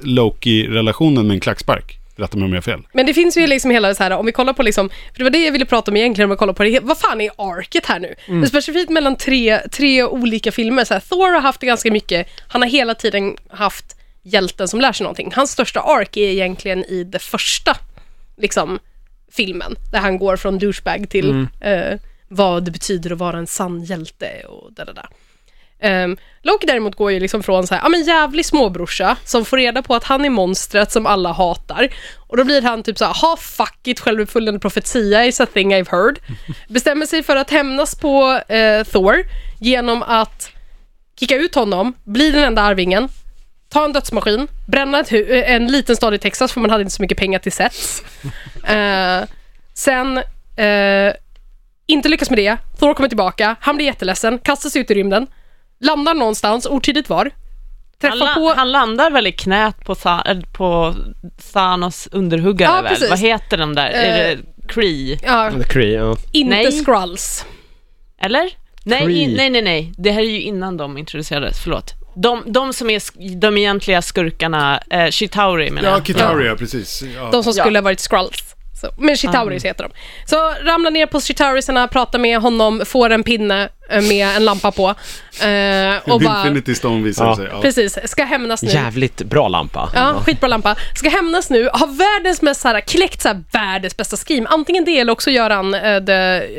Loki-relationen med en klackspark. Rätta mig om jag har fel. Men det finns ju liksom hela så här, om vi kollar på liksom, för det var det jag ville prata om egentligen, om vi kollar på det, vad fan är arket här nu? Mm. Men Specifikt mellan tre, tre olika filmer, så här, Thor har haft det ganska mycket, han har hela tiden haft hjälten som lär sig någonting. Hans största ark är egentligen i det första, liksom, filmen, där han går från douchebag till Mm. eh, vad det betyder att vara en sann hjälte och där, där, där. Um, Loki däremot går ju liksom från så här, ja men jävlig småbrorsa som får reda på att han är monstret som alla hatar. Och då blir han typ så här, ha fuck it, självuppfyllande profetia is a thing I've heard. Bestämmer sig för att hämnas på eh, Thor genom att kicka ut honom, bli den enda arvingen, ta en dödsmaskin, bränna ett hu- eh, en liten stad i Texas för man hade inte så mycket pengar till sets. Eh, sen eh, inte lyckas med det, Thor kommer tillbaka, han blir jätteledsen, kastas ut i rymden, landar någonstans, otidigt var, Han, träffar la- på... han landar väl i knät på, Sa- eller på Thanos underhuggare Ja, väl? precis. Vad heter den där? Eh, är det Kree? Ja, Kree, ja. inte Nej. Skrulls. Eller? Nej, Kree. i- nej, nej, nej. Det här är ju innan de introducerades, förlåt. De, de som är sk- de egentliga skurkarna, eh, Chitauri menar jag. Kitauri, ja. precis. Ja. De som skulle ha varit Skrulls. Så, men Ah. Chitauris heter de. Så ramlar ner på Chitaurisarna, pratar med honom, får en pinne eh, med en lampa på. Eh, och bara, Infinity Stone visar Ja. sig. Ja. precis, ska hämnas nu. Jävligt bra lampa. Ja, skitbra lampa. Ska hämnas nu, har världens mest så här, kläckt så här, världens bästa scream. Antingen det eller också gör han eh, the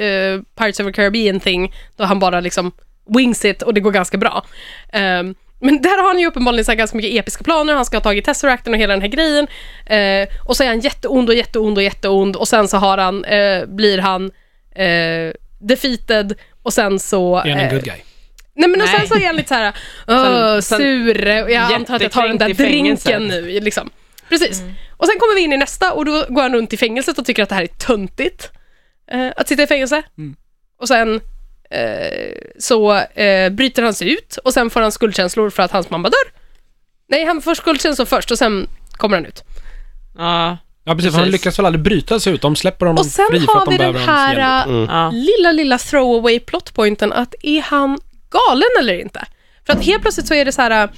eh, Pirates of the Caribbean thing, då han bara liksom wings it och det går ganska bra. Ehm, men där har han ju uppenbarligen så här, ganska mycket episka planer, han ska ha tagit Tesseracten och hela den här grejen. Eh, och så är han jätteond och jätteond och jätteond och sen så har han, eh, blir han eh, defeated och sen så... Är han en eh, good guy? Nej men och Nej. sen så är han lite såhär, öh, Sen- sen sur, och jag antar att jag tar den där jättekränkt i fängelset. drinken nu liksom. Precis. Mm. Och sen kommer vi in i nästa och då går han runt i fängelset och tycker att det här är töntigt. eh, att sitta i fängelse. Mm. Och sen eh, så eh, bryter han sig ut och sen får han skuldkänslor för att hans mamma dör. Nej, han får skuldkänslor först och sen kommer han ut. Mm. Ja, Ja precis, för han Precis. lyckas väl aldrig bryta sig ut. De släpper honom Och sen fri för att har vi de den behöver hans hjälp. här eh, ja. lilla, lilla throwaway plotpointen att är han galen eller inte? För att helt plötsligt så är det så här...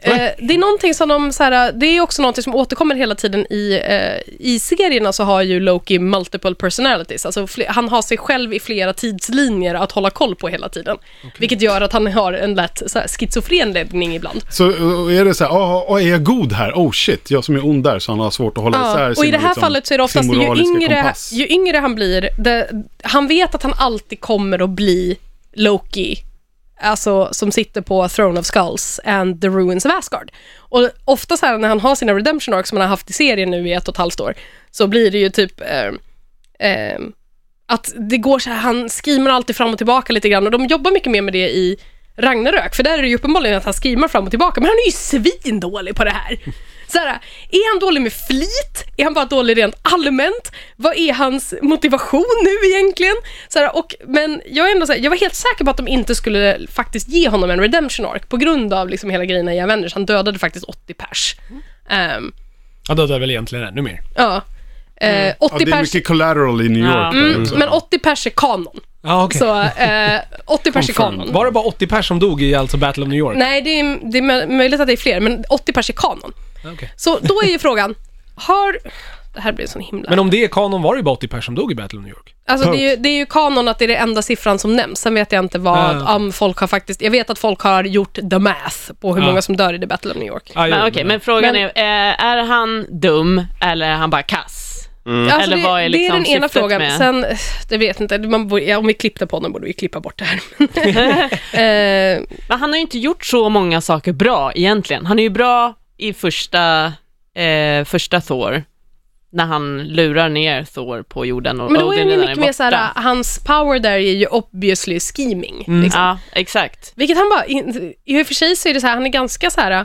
Eh, det är någonting som de, så här, det är också någonting som återkommer hela tiden i, eh, i serierna så har ju Loki multiple personalities, alltså fle- han har sig själv i flera tidslinjer att hålla koll på hela tiden, vilket gör att han har en lätt så här, schizofren ledning ibland. Så och är det så här, "Ah, ah, är jag god här? Oh shit, jag som är ond där så han har svårt att hålla Ja, isär och i sina, det här liksom, fallet så är det oftast sin ju moraliska yngre, kompass. ju yngre han blir, det, han vet att han alltid kommer att bli Loki, alltså som sitter på Throne of Skulls and the Ruins of Asgard. Och ofta så här när han har sina redemption arcs som han har haft i serien nu i ett och ett halvt år, så blir det ju typ ehm, ehm, att det går så här, han skriver alltid fram och tillbaka lite grann och de jobbar mycket mer med det i Ragnarök, för där är det ju uppenbarligen att han skriver fram och tillbaka, men han är ju svindålig på det här. Så här, är han dålig med flit? Är han bara dålig rent allmänt? Vad är hans motivation nu egentligen? Så här, och, men jag, är ändå så här, jag var helt säker på att de inte skulle faktiskt ge honom en redemption arc på grund av liksom hela grejen i Avengers. Han dödade faktiskt 80 pers. Mm. Ehm, Ja, då är det väl egentligen ännu mer. ja. Eh, Mm. 80 Ja, det är pers, mycket collateral i New York. liksom. Ja. där mm, också. men 80 pers är kanon. Ja, okej. Så eh, 80 pers är kanon. Var det bara 80 pers som dog i alltså Battle of New York? Nej, det är, det är mö- möjligt att det är fler, men 80 pers är kanon. Ja, okej. Så då är ju frågan, har... Det här blir en sån himla... Men om det är kanon var det ju bara 80 pers som dog i Battle of New York. Alltså det är, ju, det är ju kanon att det är den enda siffran som nämns. Sen vet jag inte vad, Ah, okej. om folk har faktiskt... Jag vet att folk har gjort the math på hur Ah. många som dör i The Battle of New York. Ah, jo, Men okej, men frågan Men- är, eh, är han dum eller är han bara kass? Mm. Alltså, Eller vad är liksom det är den ena syftet frågan. med- Sen, eh, det vet inte, man, borde- ja, om vi klippte på den borde vi klippa bort det här. eh, Men han har ju inte gjort så många saker bra egentligen. Han är ju bra i första, eh, första Thor, när han lurar ner Thor på jorden och men då är Odin den ju redan mycket mer borta. såhär, hans power där är ju obviously scheming. Mm. Liksom. Ja, exakt. Vilket han bara, i, i och för sig så är det så här, han är ganska så här.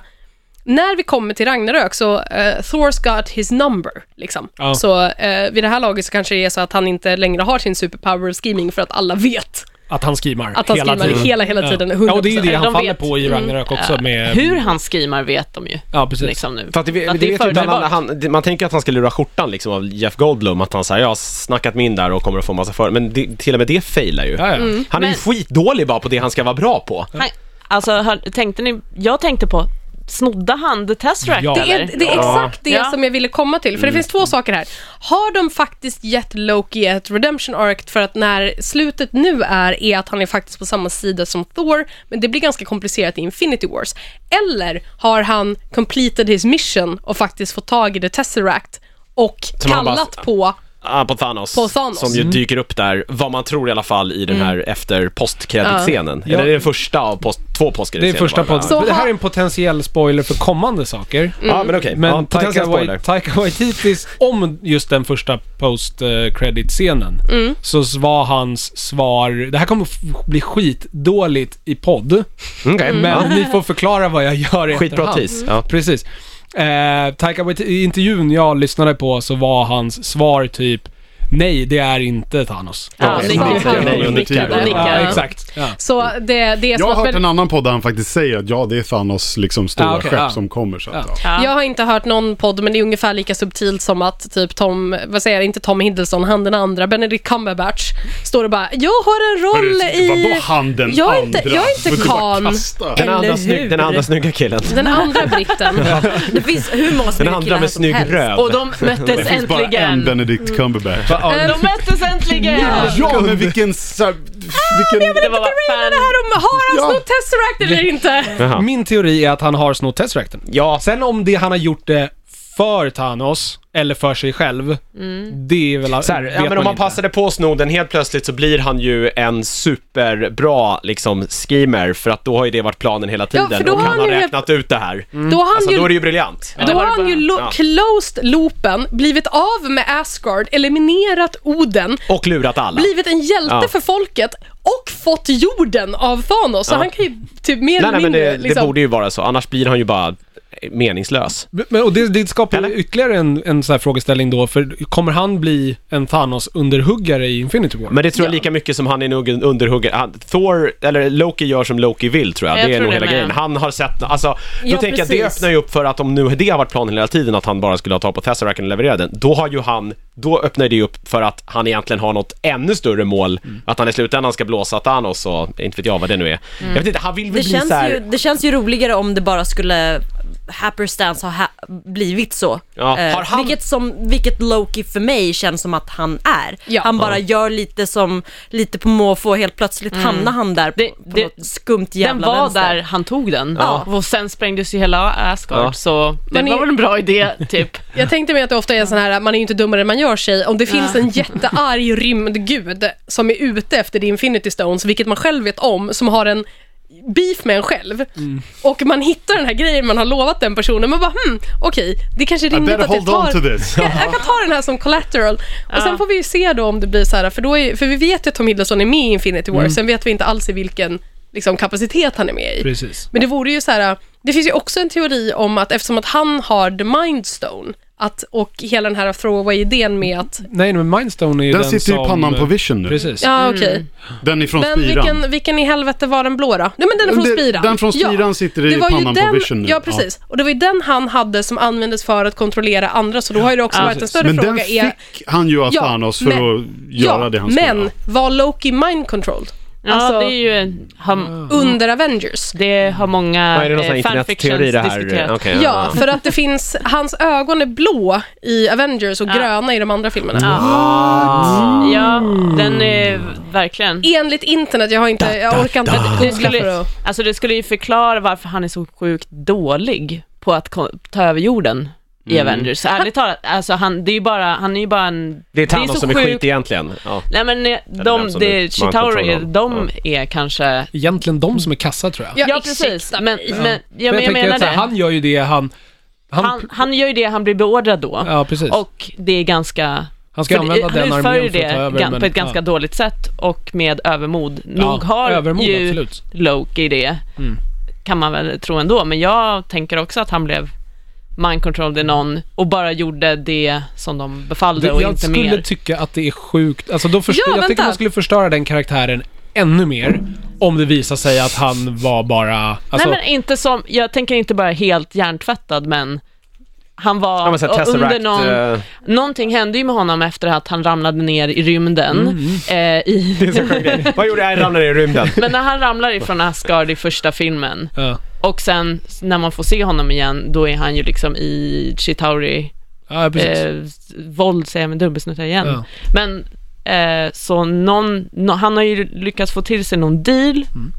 När vi kommer till Ragnarök så, eh, Thor's got his number, liksom. Ja. Så eh, vid det här laget så kanske det är så att han inte längre har sin superpower of scheming för att alla vet Att han skimar Att han hela skimar tiden. hela, hela tiden. Ja. ja, och det är ju det 100%. De han faller vet. på i Mm. Ragnarök också med... Hur han skimar vet de ju. Ja, precis. Liksom nu. Eh, För att det, det, Att vet ju inte alla, förutsägbart. han, det- man tänker att han ska lura skjortan liksom av Jeff Goldblum, att han säger jag har snackat mig in där och kommer att få massa för men det, till och med det failar ju. Mm. Ja, ja. Han är ju Men- skitdålig bara på det han ska vara bra på. Han, alltså, har, tänkte ni, jag tänkte på, snodde han The Tesseract Ja. Det är, eller? det är exakt det Ja. som jag ville komma till, för det finns två saker här. Har de faktiskt gett Loki ett redemption arc för att när slutet nu är, är att han är faktiskt på samma sida som Thor, men det blir ganska komplicerat i Infinity Wars. Eller har han completed his mission och faktiskt fått tag i the Tesseract och Som han bara- kallat på Ah, på, Thanos, På Thanos. Som ju dyker upp där, vad man tror i alla fall, i den här efter postkreditscenen. Ja. Eller är det den första av post, två Det är postkreditscener? första bara? podden. Så Det här ha- Mm. är en potentiell spoiler för kommande saker. Ja, men okej. Men ja, Taika, potentiell spoiler. Wai- Taika Waititis, om just den första post-credit-scenen, Mm. så var hans svar, det här kommer f- bli skitdåligt i podd, Mm, okej. men Ja. ni får förklara vad jag gör i Skitbra efterhand. tease. Ja. Precis. Eh, Taika Waititi, i intervjun jag lyssnade på så var hans svar typ Nej, det är inte Thanos. Alltså, Ja, Okej. nickar. Nickar. Han Nej, under tiden. nickar. Ja, Ja, ja. exakt. Ja. Så det, det är som Jag har att- hört en annan podd där han faktiskt säger att ja, det är Thanos liksom stora Ah, okej, skepp ja. som kommer. Så att, Ja. ja. Jag har inte hört någon podd, men det är ungefär lika subtilt som att typ Tom, vad säger jag, inte Tom Hiddleston, han den andra, Benedict Cumberbatch, står och bara “Jag har en roll Hörru, Vadå i...” han den Jag är andra? inte- jag är inte Får du bara kan. kasta? Den, andra Eller snygg, hur? den andra snygga killen. Den andra britten. Det finns hur många Den snygga andra killar med här som snygg helst. röv. Och de möttes Det finns bara en äntligen. Mm. Benedict Cumberbatch. De möttes äntligen! Ja, men vilken... Så, här- vilken Det var fan... Om, har han Ja. snott Tesseract eller Mm. inte? Jaha. Min teori är att han har snott Tesseracten. Ja, Sen om det han har gjort det för Thanos, eller för sig själv, Mm. det är väl... Så här, vet ja, men om man inte. passade på snoden helt plötsligt så blir han ju en superbra liksom schemer för att då har ju det varit planen hela Ja, tiden för då och har han har han ju- räknat ut det här. Då har han Alltså ju... då är det ju briljant. Då var har det han ju lo- Ja. closed loopen, blivit av med Asgard, eliminerat Oden, Och lurat alla. blivit en hjälte Ja. för folket och fått jorden av Thanos. Så Ja. han kan ju typ mer Nej, eller nej men mindre... det, det liksom- borde ju vara så, annars blir han ju bara meningslös. Men, och det, det skapar ju Eller? ytterligare en, en sån här frågeställning då, för kommer han bli en Thanos-underhuggare i Infinity War? Men det tror jag lika mycket som han är nog en underhuggare. Han, Thor, eller Loki gör som Loki vill tror jag. Jag det är tror nog det hela med. grejen. Han har sett, alltså, då Ja, tänker jag det precis. öppnar ju upp för att om nu det har varit planen hela tiden att han bara skulle ha tag på Tesseracten och leverera den, då har ju han, då öppnar det ju upp för att han egentligen har något ännu större mål, att han i slutändan ska blåsa Thanos och inte vet jag vad det nu är. Jag vet inte, han vill väl Det bli känns, så här, ju, det känns ju roligare om det bara skulle Happerstance ha ha blivit så. Eh, Ja, har han- vilket, som, vilket Loki för mig känns som att han är. Ja. Han bara gör lite som, lite på måfå och helt plötsligt Mm. hamnar han där på, Det- på det- något skumt Den jävla var vänster. där han tog den. Och sen sprängdes ju hela Asgard, Ja. så det Men var i- väl en bra idé, typ. Jag tänkte mig att det ofta är en sån här, man är ju inte dummare än man gör sig. Om det finns en jättearg rymdgud som är ute efter The Infinity Stones, vilket man själv vet om, som har en beef med en själv. Och man hittar den här grejen man har lovat den personen, man bara hmm, okej, det kanske är I rimligt better att jag hold on to tar... this. Jag, jag kan ta den här som collateral. Och sen får vi ju se då om det blir så här, för, då är, för vi vet ju att Tom Hiddleston är med i Infinity Mm. War, sen vet vi inte alls i vilken liksom, kapacitet han är med i. Precis. Men det vore ju så här, det finns ju också en teori om att eftersom att han har the mindstone att, och hela den här throwaway-idén med att, Mm. Nej, men Mindstone är ju Den den, sitter som... i pannan på Vision nu. Precis. ja Mm. okej. Den ifrån Men Spiran. vilken, vilken i helvete var den blå då? Nej men den är från Det- Spiran. den från Spiran sitter i Det var ju pannan på den, Vision nu. Ja precis. Och det var ju den han hade som användes för att kontrollera andra, så då har ju det också varit en större Men fråga. den fick är, han ju av Ja, Thanos för men- att göra ja, det han skulle men göra. var Loki mind controlled? Ja, Alltså- det är ju... en- Har, Under Avengers? det har många är det någon sån här eh, internetteori det här? diskuterat. Okej, Ja, för att det finns, hans ögon är blå i Avengers och Ja. gröna i de andra filmerna. Ja. Ah. ja, den är verkligen... Enligt internet, jag har inte, jag orkar inte Det googla för skulle, att... alltså det skulle ju förklara varför han är så sjukt dålig på att ko- ta över jorden i Mm. Avengers. Ärligt talat, alltså han, det är ju bara, han är ju bara en... Det är Thanos så som är sjukt- skit egentligen. Ja. Nej men eh, vem de, som nu- det, man kan Chitauri, tala om. de är kanske... Egentligen de som är kassa, tror jag. Ja, Ja precis, ursäkta men, mig. liksom. men, ja, För men jag tänker menar att så det. här, Han gör ju det han... Han, Han, han gör ju det han blir beordrad då. ja, precis. Och det är ganska... han ska för det- använda den Han utför ju armén för att ta det över. gan- men- på ett ganska ja. dåligt sätt och med övermod. Ja, Nog har övermod, ju absolut. Loki det, Mm. kan man väl tro ändå, men jag tänker också att han blev mind controlled i någon och bara gjorde det som de befallde Det, och jag inte skulle mer. tycka att det är sjukt. Alltså då förstör, Ja, jag tycker vänta. man skulle förstöra den karaktären ännu mer om det visar sig att han var bara... Alltså, Nej men inte som, jag tänker inte bara helt hjärntvättad men han var Ja, men så här, under Tesseract, någon, eh, någonting hände ju med honom efter att han ramlade ner i rymden. Mm. Eh, det är i, så sjuk grej. Vad gjorde jag? Jag ramlade i rymden. men när han ramlar ifrån Asgard i första filmen ja. och sen när man får se honom igen då är han ju liksom i Chitauri ja, precis. eh, våld säger jag men dubbelsnuttar igen. Ja. Men eh, så någon, nå- han har ju lyckats få till sig någon deal. Mm.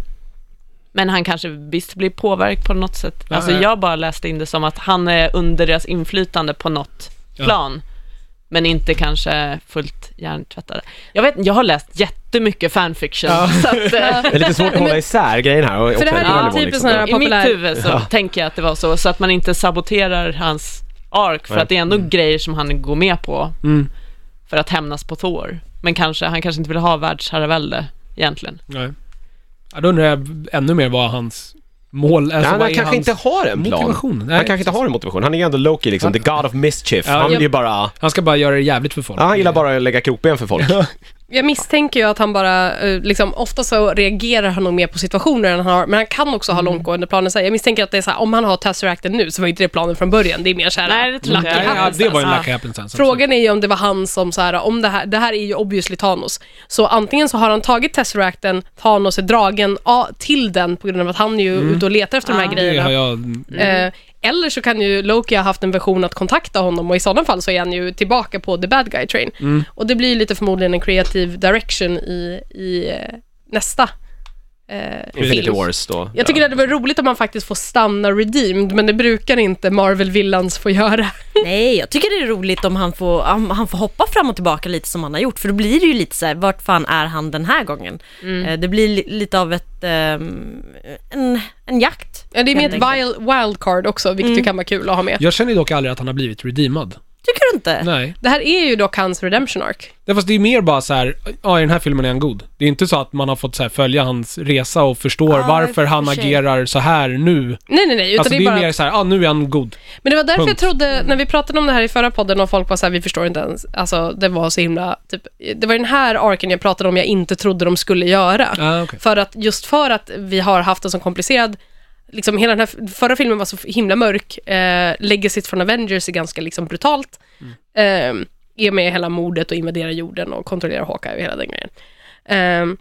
Men han kanske visst blir påverkad på något sätt. Ja, alltså ja. jag bara läste in det som att han är under deras inflytande på något Ja. plan. Men inte kanske fullt hjärntvättade. Jag vet jag har läst jättemycket fanfiction. Så att, eh, Det är lite svårt att hålla isär grejen här. Och För det här också är en nivå, ju typiskt liksom. sådana här- I populär. mitt huvud så tänker jag att det var så. Så att man inte saboterar hans ark. För Nej. att det är ändå grejer som han går med på Mm. för att hämnas på Thor. Men kanske, han kanske inte vill ha världsherravälde egentligen. Nej. Ja, då undrar jag ännu mer vad hans mål är. Ja, Alltså, han vad är kanske hans... inte har en plan. motivation. Nej, han kanske inte har en motivation. Han är ju ändå Loki liksom, the God of Mischief. Ja, han vill jag- ju bara... Han ska bara göra det jävligt för folk. Ja, han gillar bara att lägga krokben för folk. Jag misstänker ju att han bara, eh, liksom, ofta så reagerar han nog mer på situationer än han har, men han kan också ha Mm. långtgående planer. Så här, jag misstänker att det är så här, om han har Tesseracten nu så var inte det planen från början. Det är mer så här, Nej, det tror inte lucky jag. Ja, happens. det var ju en Ja. lucky happen sense. Frågan är ju om det var han som så här, om det här, det här är ju obviously Thanos. Så antingen så har han tagit Tesseracten, Thanos är dragen ja, till den på grund av att han är ju ute och letar efter de Ja. här Det grejerna. har jag... Eh, eller så kan ju Loki ha haft en version att kontakta honom och i sådana fall så är han ju tillbaka på the bad guy train. Och det blir ju lite förmodligen en creative direction i, i eh, nästa eh, Infinity film. Wars då. Jag tycker Ja. att det var roligt om man faktiskt får stanna redeemed, men det brukar inte Marvel Villains få göra. Nej, jag tycker det är roligt om han får, om han får hoppa fram och tillbaka lite som han har gjort. För då blir det ju lite så här, vart fan är han den här gången? Mm. Eh, Det blir li- lite av ett, ehm, en, en jakt. Ja, Det är med ett Helt wild, wildcard också, vilket ju kan vara kul att ha med. Jag känner dock aldrig att han har blivit redeemad. Tycker du inte? Nej. Det här är ju dock hans redemption arc. Det, fast det är mer bara så här, ja i den här filmen är han god. Det är inte så att man har fått så här, följa hans resa och förstår Ja, i och varför för han sig. agerar så här nu. Nej, nej, nej. Utan alltså det är bara mer så här, ja nu är han god. Men det var därför Punkt. Mm. jag trodde, när vi pratade om det här i förra podden och folk var så här, vi förstår inte ens, alltså det var så himla, typ, det var den här arken jag pratade om jag inte trodde de skulle göra. Ja, Ah, okej. För att, just för att vi har haft en så komplicerad, liksom hela den här, förra filmen var så himla mörk, eh, Legacyt från Avengers är ganska liksom brutalt, Mm. eh, är med i hela mordet och invaderar jorden och kontrollerar Hawkeye och hela den grejen. Ehm,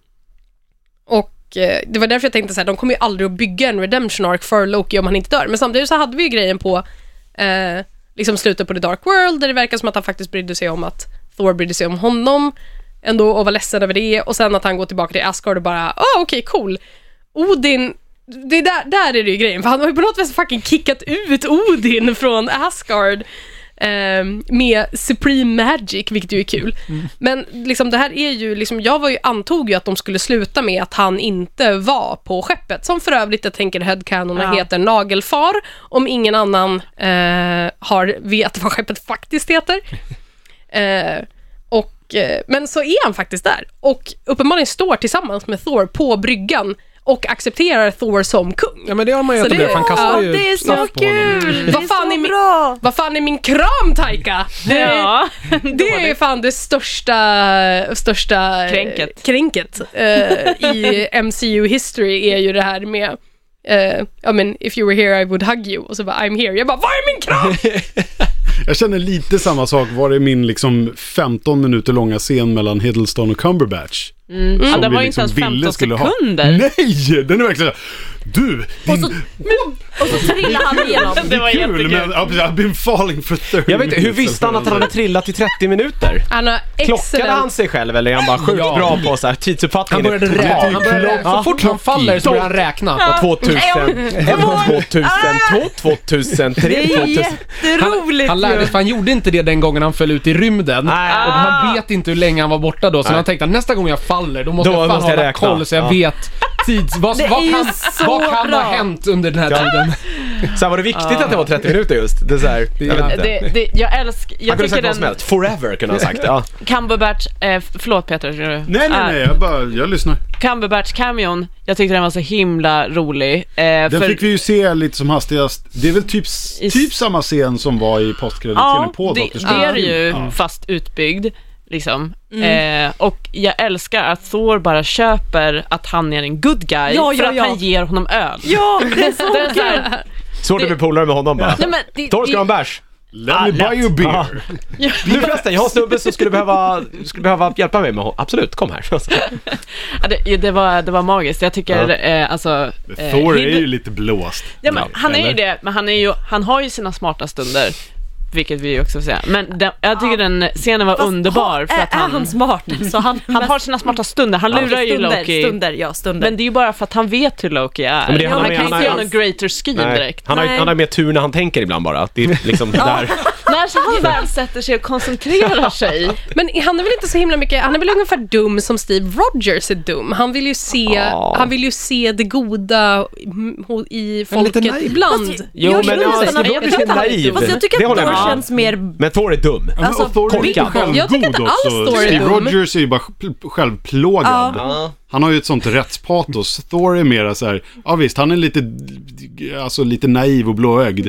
och eh, det var därför jag tänkte så här, de kommer ju aldrig att bygga en redemption arc för Loki om han inte dör. Men samtidigt så hade vi ju grejen på eh, liksom slutet på The Dark World där det verkar som att han faktiskt brydde sig om att Thor brydde sig om honom ändå och var ledsen över det och sen att han går tillbaka till Asgard och bara, ah okej cool, Odin det är där, där är det ju grejen, för han har ju på något vis fucking kickat ut Odin från Asgard eh, med Supreme Magic, vilket ju är kul. Men liksom, det här är ju, liksom, jag var ju, antog ju att de skulle sluta med att han inte var på skeppet, som för övrigt jag tänker headcanonerna Ja. heter Nagelfar, om ingen annan eh, har, vet vad skeppet faktiskt heter. Eh, och, eh, men så är han faktiskt där och uppenbarligen står tillsammans med Thor på bryggan och accepterar Thor som kung. Ja men det har man ju Så etablerat, det- för han kastar ja, ju Det är så straff på honom. kul! Det Vad är fan är så min- bra! Vad fan är min kram Taika? Det, Ja, det är fan det största, största eh, Kränket. kränket eh, i MCU history är ju det här med eh, ja men if you were here I would hug you och så bara I'm here. Jag bara var är min kram? Jag känner lite samma sak, var är min liksom 15 minuter långa scen mellan Hiddleston och Cumberbatch? mm. ja, Som den vi var ju liksom inte ens ville 15 skulle ha. sekunder. Nej, den är verkligen Du, Och din så, och så trillar han igenom. Det var kul, men jättekul. I've been falling for 30 Jag vet inte, hur minutes visste han att han hade trillat till 30 minuter? Han har Klockade han excellent. sig själv eller är han bara sjukt Ja. bra på så här, tidsuppfattning? Han började Totalt. räkna. Han började, räkna. så Ja. fort han faller så börjar han räkna. 2000, 2002, 2003, Det är 2000. jätteroligt Han lärde sig, för han gjorde inte det den gången han föll ut i rymden. Nej. Och han vet inte hur länge han var borta då, så Nej. han tänkte att nästa gång jag faller, då måste Då jag fan måste jag hålla räkna. koll så jag Ja. vet tids... Vad, Det vad är ju kan, så vad kan bra. ha hänt under den här Ja. tiden? Så här, var det viktigt att det var 30 minuter just? Det är så här, jag vet inte. Det, det, jag älskar, jag Han kunde tycker sagt vad som den, helst. Forever kunde han ha sagt. Ja. Cumberbatch, eh, förlåt Peter. Nej, Nej, nej, Äh. nej, jag bara, jag lyssnar. Cumberbatch-cameon, jag tyckte den var så himla rolig. Eh, Den för- fick vi ju se lite som hastigast. Det är väl typ, I- typ samma scen som var i postkreditscenen Ja, på det, Doctor det är det ju, Ja. fast utbyggd. Liksom. Mm. Eh, och jag älskar att Thor bara köper att han är en good guy Ja, för ja, att ja. han ger honom öl. Ja, det är så Det är så här, Svårt att bli polare med honom bara. nej, men det, Torr ska ha en det, bärs. Let me buy you a beer. Du förresten, jag har en snubbe som skulle behöva, skulle behöva hjälpa mig med honom. Absolut, kom här. ja, det, det, var, det var magiskt. Jag tycker, Ja. eh, alltså... eh, Thor är Hind- ju lite blåst. Ja, men, han är ju Eller? det, men han, är ju, han har ju sina smarta stunder. Vilket vi också får säga. Men den, jag tycker den scenen var Fast underbar har- för att är, han, är han smart så han, han har sina smarta stunder. Han lurar ju stunder, Loki. Stunder, ja, stunder. Men det är ju bara för att han vet hur Loki är. men det han handlar ju- kan ju han inte har- göra någon greater scheme direkt. han har, Nej. han har mer tur när han tänker ibland bara. Det är liksom där. När så han väl sätter sig och koncentrerar sig. Men är- han är väl inte så himla mycket, han är väl ungefär dum som Steve Rogers är dum. Han vill ju se, Ja. han vill ju se det goda mm, ho- i Men lite folket naiv. ibland. Jo, Jag men tror ja, nästan Steve att- jag Rogers tror är att han- naiv. Fast jag tycker Det att håller jag Thor med om. känns mer... Men Thor är dum. Ja, men Alltså, och Thor är lite korkad. självgod Jag tycker inte alls också. Thor är Steve dum. Rogers är ju bara pl- självplågad. Han har ju ett sånt rättspatos. Thor är mera så här, ja visst, han är lite, alltså lite naiv och blåögd.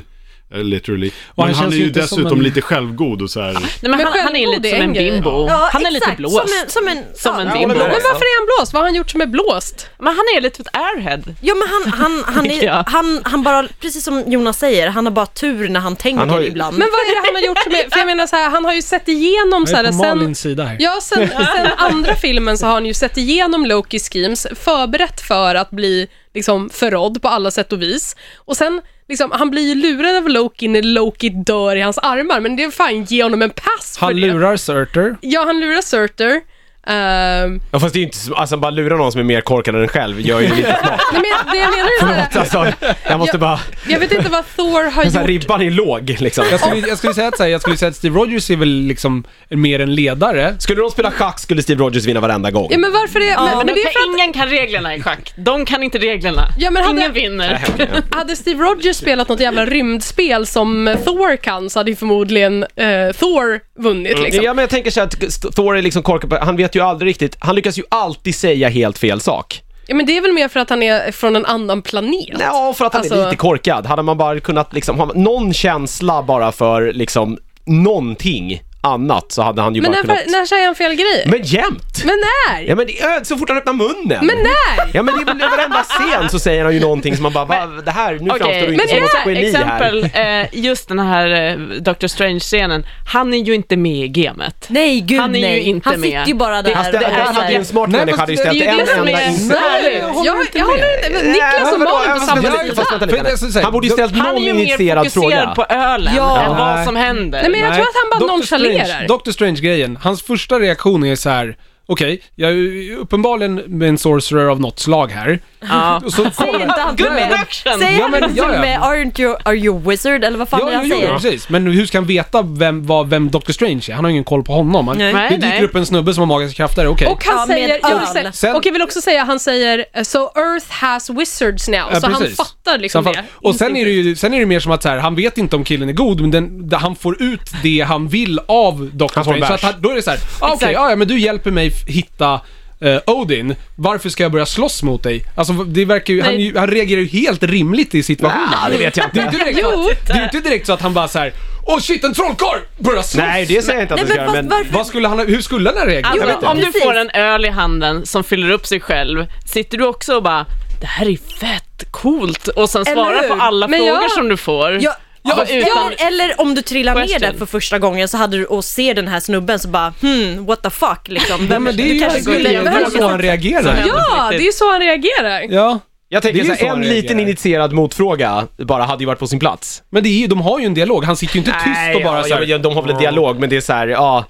eh, Literally. Men han han, känns är ju ju inte som dessutom en- lite självgod och så här. Nej, men Men han, han är självgod lite är som en en grej. bimbo. Ja, han är exakt, lite blåst. Som en, som en, Som en ja, håller bimbo. med. Men varför är han blåst? Vad har han gjort som är blåst? Men han är lite ett airhead. Ja men han, han, han, Tycker jag. är, han, han bara, precis som Jonas säger, han har bara tur när han tänker Han har ju- ibland. Men vad är det han har gjort som är, för jag menar så här, han har ju sett igenom så Jag här, är på sen, Malins sida här. Ja, sen, sen andra filmen så har han ju sett igenom Lokis schemes, förberett för att bli liksom förrådd på alla sätt och vis. Och sen, liksom, han blir ju lurad av Loki när Loki dör i hans armar, men det är fan, ge honom en pass för Han det. lurar Surter. Ja, han lurar Surtur. Ehm, Ja, fast det är ju inte, så- alltså bara lura någon som är mer korkad än en själv gör ju lite smart. nej, men det jag menar är så här, Alltså, jag måste Ja. bara, jag vet inte vad Thor har så här, gjort. ribban är låg liksom. Jag skulle, jag skulle säga att så här, jag skulle säga att Steve Rogers är väl liksom mer en ledare. Skulle de spela schack skulle Steve Rogers vinna varenda gång. Ja, men varför är, men, Ja, men men det är för att ingen kan reglerna i schack. De kan inte reglerna. Ja, men hade- ingen vinner. Hade Steve Rogers spelat något jävla rymdspel som eh, Thor kan så hade ju förmodligen eh, Thor vunnit liksom. Mm, Ja men jag tänker så här att Thor är liksom korkad, på- han vet ju aldrig riktigt, han lyckas ju alltid säga helt fel sak. Ja, men det är väl mer för att han är från en annan planet? Ja, för att han är Alltså- lite korkad. Hade man bara kunnat liksom, ha någon känsla bara för liksom någonting annat så hade han ju men bara när, kunnat... när säger han fel grejer? Men, Men jämt! när? Ja men det är så fort han öppnar munnen! Men när? Ja men det är väl i varenda scen så säger han ju någonting som man bara, Va, det här, nu framstår du inte men som något ett geni här. exempel, eh, just den här eh, Doctor Strange-scenen, han är ju inte med i gamet. Nej gud Han är ju nej. inte han sitter med. ju bara där. Fast det, och där är så hade ju här- en smart Nej, människa fast hade ju det- ställt det är en ju det som enda är- in- Nej, jag jag, håller jag, inte håller inte men Niklas och men då- Malin är på fast samma vänta sida. lite, fast vänta För jag skulle lite. säga, Han borde ju ställt Han är någon ju mer initierad fråga. fokuserad på ölen Ja. än Nej. vad som händer. Nej, men jag Nej. tror att han bara Dr. nonchalerar. Strange- Dr. Strange-grejen, hans första reaktion är så här. Okej, jag är ju uppenbarligen med en sorcerer av något slag här. Ja. Och så Säg kommer... inte han till Good mig. production! Säger Ja, han men- inte ja, till ja. mig, aren't you, are you wizard eller vad fan Ja, är det ja, han ja, säger? precis. Men hur ska han veta vem, vad, vem Dr. Strange är? Han har ju ingen koll på honom. Han, Nej. det Nej, dyker nej. upp en snubbe som har magiska krafter, okej. Och han Ja, med säger, jag vill öl. säga, Typ. Sen- och jag vill också säga, han säger eh, “So Earth has wizards now”, Ja, så han precis. fattar liksom Så han det. fatt- Och sen är det ju sen är det mer som att så här, han vet inte om killen är god, men den, där han får ut det han vill av Dr. Han får en Strange. Så att bärs. han, då är det så här, ah, okej, ja, ja, men du hjälper mig f- hitta eh, Odin, varför ska jag börja slåss mot dig? Alltså det verkar ju, han, Nej. ju- han reagerar ju helt rimligt i situationen. Nej, det vet jag Det är ju inte. inte direkt, Jo. det är ju inte direkt så att han bara så här, åh shit en trollkarl! Börjar slåss! Nej, det säger jag inte att Nej du ska göra, men fast men... varför? Vad skulle han, ha- hur skulle han ha reagerat? Alltså, Jag vet inte. om du Precis. får en öl i handen som fyller upp sig själv, sitter du också och bara “det här är fett coolt” och sen Eller svarar hur? på alla Men frågor ja. som du får? Ja, Ja, ja, utan- eller om du trillar Question. ner där för första gången så hade du och ser den här snubben så bara hmm, what the fuck liksom. Nej, men det är du ju kanske det skulle... är ju så han reagerar. Så- Ja, det är så han reagerar. Ja. Jag Det tänker är ju så såhär, han en reagerar. liten initierad motfråga bara hade ju varit på sin plats. Men det är ju, de har ju en dialog, han sitter ju inte tyst och bara ja, så här, ja, men De har väl en dialog, men det är såhär, ja,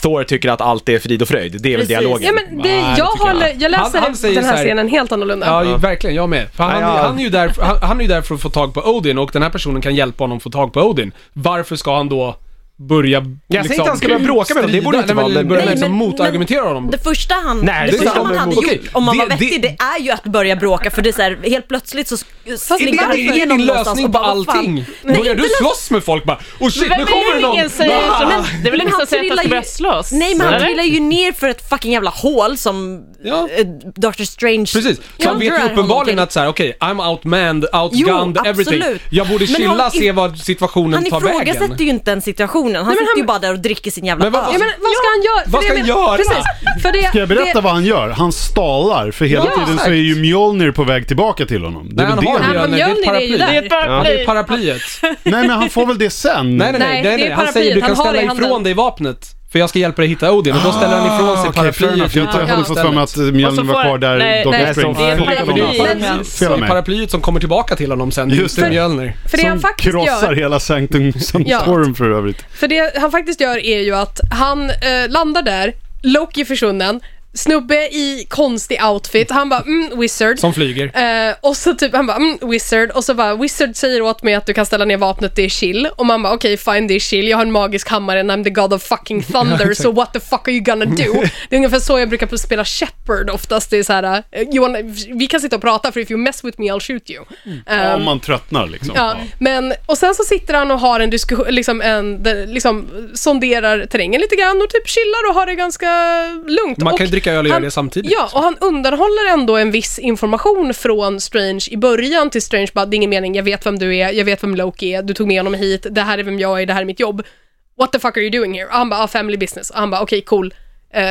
Thor tycker att allt är frid och fröjd. Det är väl Precis. dialogen. Ja, men det, Nej, det jag, tycker jag. håller, jag läser Han- han säger den här så här- scenen helt annorlunda. Ja, ju- verkligen. Jag med. För han, Ja, ja. han är ju där, han, han är ju där för att få tag på Odin och den här personen kan hjälpa honom få tag på Odin. Varför ska han då börja liksom säger inte han ska börja bråka med honom, det borde inte Nej, men vara, men- Börja Nej, liksom men- motargumentera honom. Det första han, Nej, det det är första sant. man hade Okej, gjort om man det- var vettig, det, är ju att börja bråka för det är så här, helt plötsligt så Det slinker han är igenom din någonstans och lösning på bara, vad fan? allting. Nej, Börjar inte du slåss med folk bara oh shit, Vem nu är kommer det det ingen någon! säger Ah! så? Det är väl Men ingen han som säger att han trillar ska ju- börja slåss? Nej men han Eller? trillar ju ner för ett fucking jävla hål som Ja. eh, Dr. Strange Precis, så han vet drar ju honom uppenbarligen till. att såhär, okej, I'm outmanned, Jo, outgunned, everything. absolut. Jag borde Men chilla, han- se vad situationen Han tar vägen. ifrågasätter ju inte en situation personen. Han men sitter han- ju bara där och dricker sin jävla Men vad- öl. Ja, men vad ska han göra? För Vad ska det jag han göra? Precis. För det, Ska jag berätta det, vad han gör? Han stalar, för hela Ja, tiden så exakt. är ju Mjolnir på väg tillbaka till honom. Det är Nej, väl det han har han Nej, gör. redan- men det är ett Mjölnir är ju där. paraply. Det är ett Ja, det paraply. är paraplyet. Nej men han får väl det sen. Nej, nej, nej. Nej, nej, det är nej. Han säger paraplyet. du kan Han har det ställa i ifrån handen. dig vapnet. För jag ska hjälpa dig hitta Odin. Och då ställer han ifrån sig Ah, okej, fair enough. paraplyet. Jag hade Ja. fått för mig att Mjolnir Och så var får- kvar där nej, Dr. nej, Strange det är flyttade paraply. honom. Men- Fel av Det är mig. paraplyet som kommer tillbaka till honom sen, Just inte det. Mjölnir. för det han Som faktiskt krossar gör, hela Sanctum Sanctorum för övrigt. för det han faktiskt gör är ju att han eh, landar där, Loki är försvunnen, snubbe i konstig outfit, han bara mm, wizard. Som flyger. Eh, och så typ han bara mm, wizard och så bara wizard säger åt mig att du kan ställa ner vapnet, det är chill. Och man bara okej fine det är chill, jag har en magisk hammare and I'm the god of fucking thunder so what the fuck are you gonna do? Det är ungefär så jag brukar spela Shepard oftast, det är så här, eh, Johan, vi kan sitta och prata för if you mess with me I'll shoot you. Mm. Um, Ehm, Om man tröttnar liksom. Ja, men, och sen så sitter han och har en diskussion, liksom, en, de- liksom sonderar terrängen lite grann och typ chillar och har det ganska lugnt. Man och kan ju dricka öl och göra han- det samtidigt. Ja, och han undanhåller ändå en viss information från Strange i början till Strange bara, det är ingen mening, jag vet vem du är, jag vet vem Loki är, du tog med honom hit, det här är vem jag är, det här är mitt jobb. What the fuck are you doing here? Och han bara, ah, family business. Och han bara, okej cool, eh,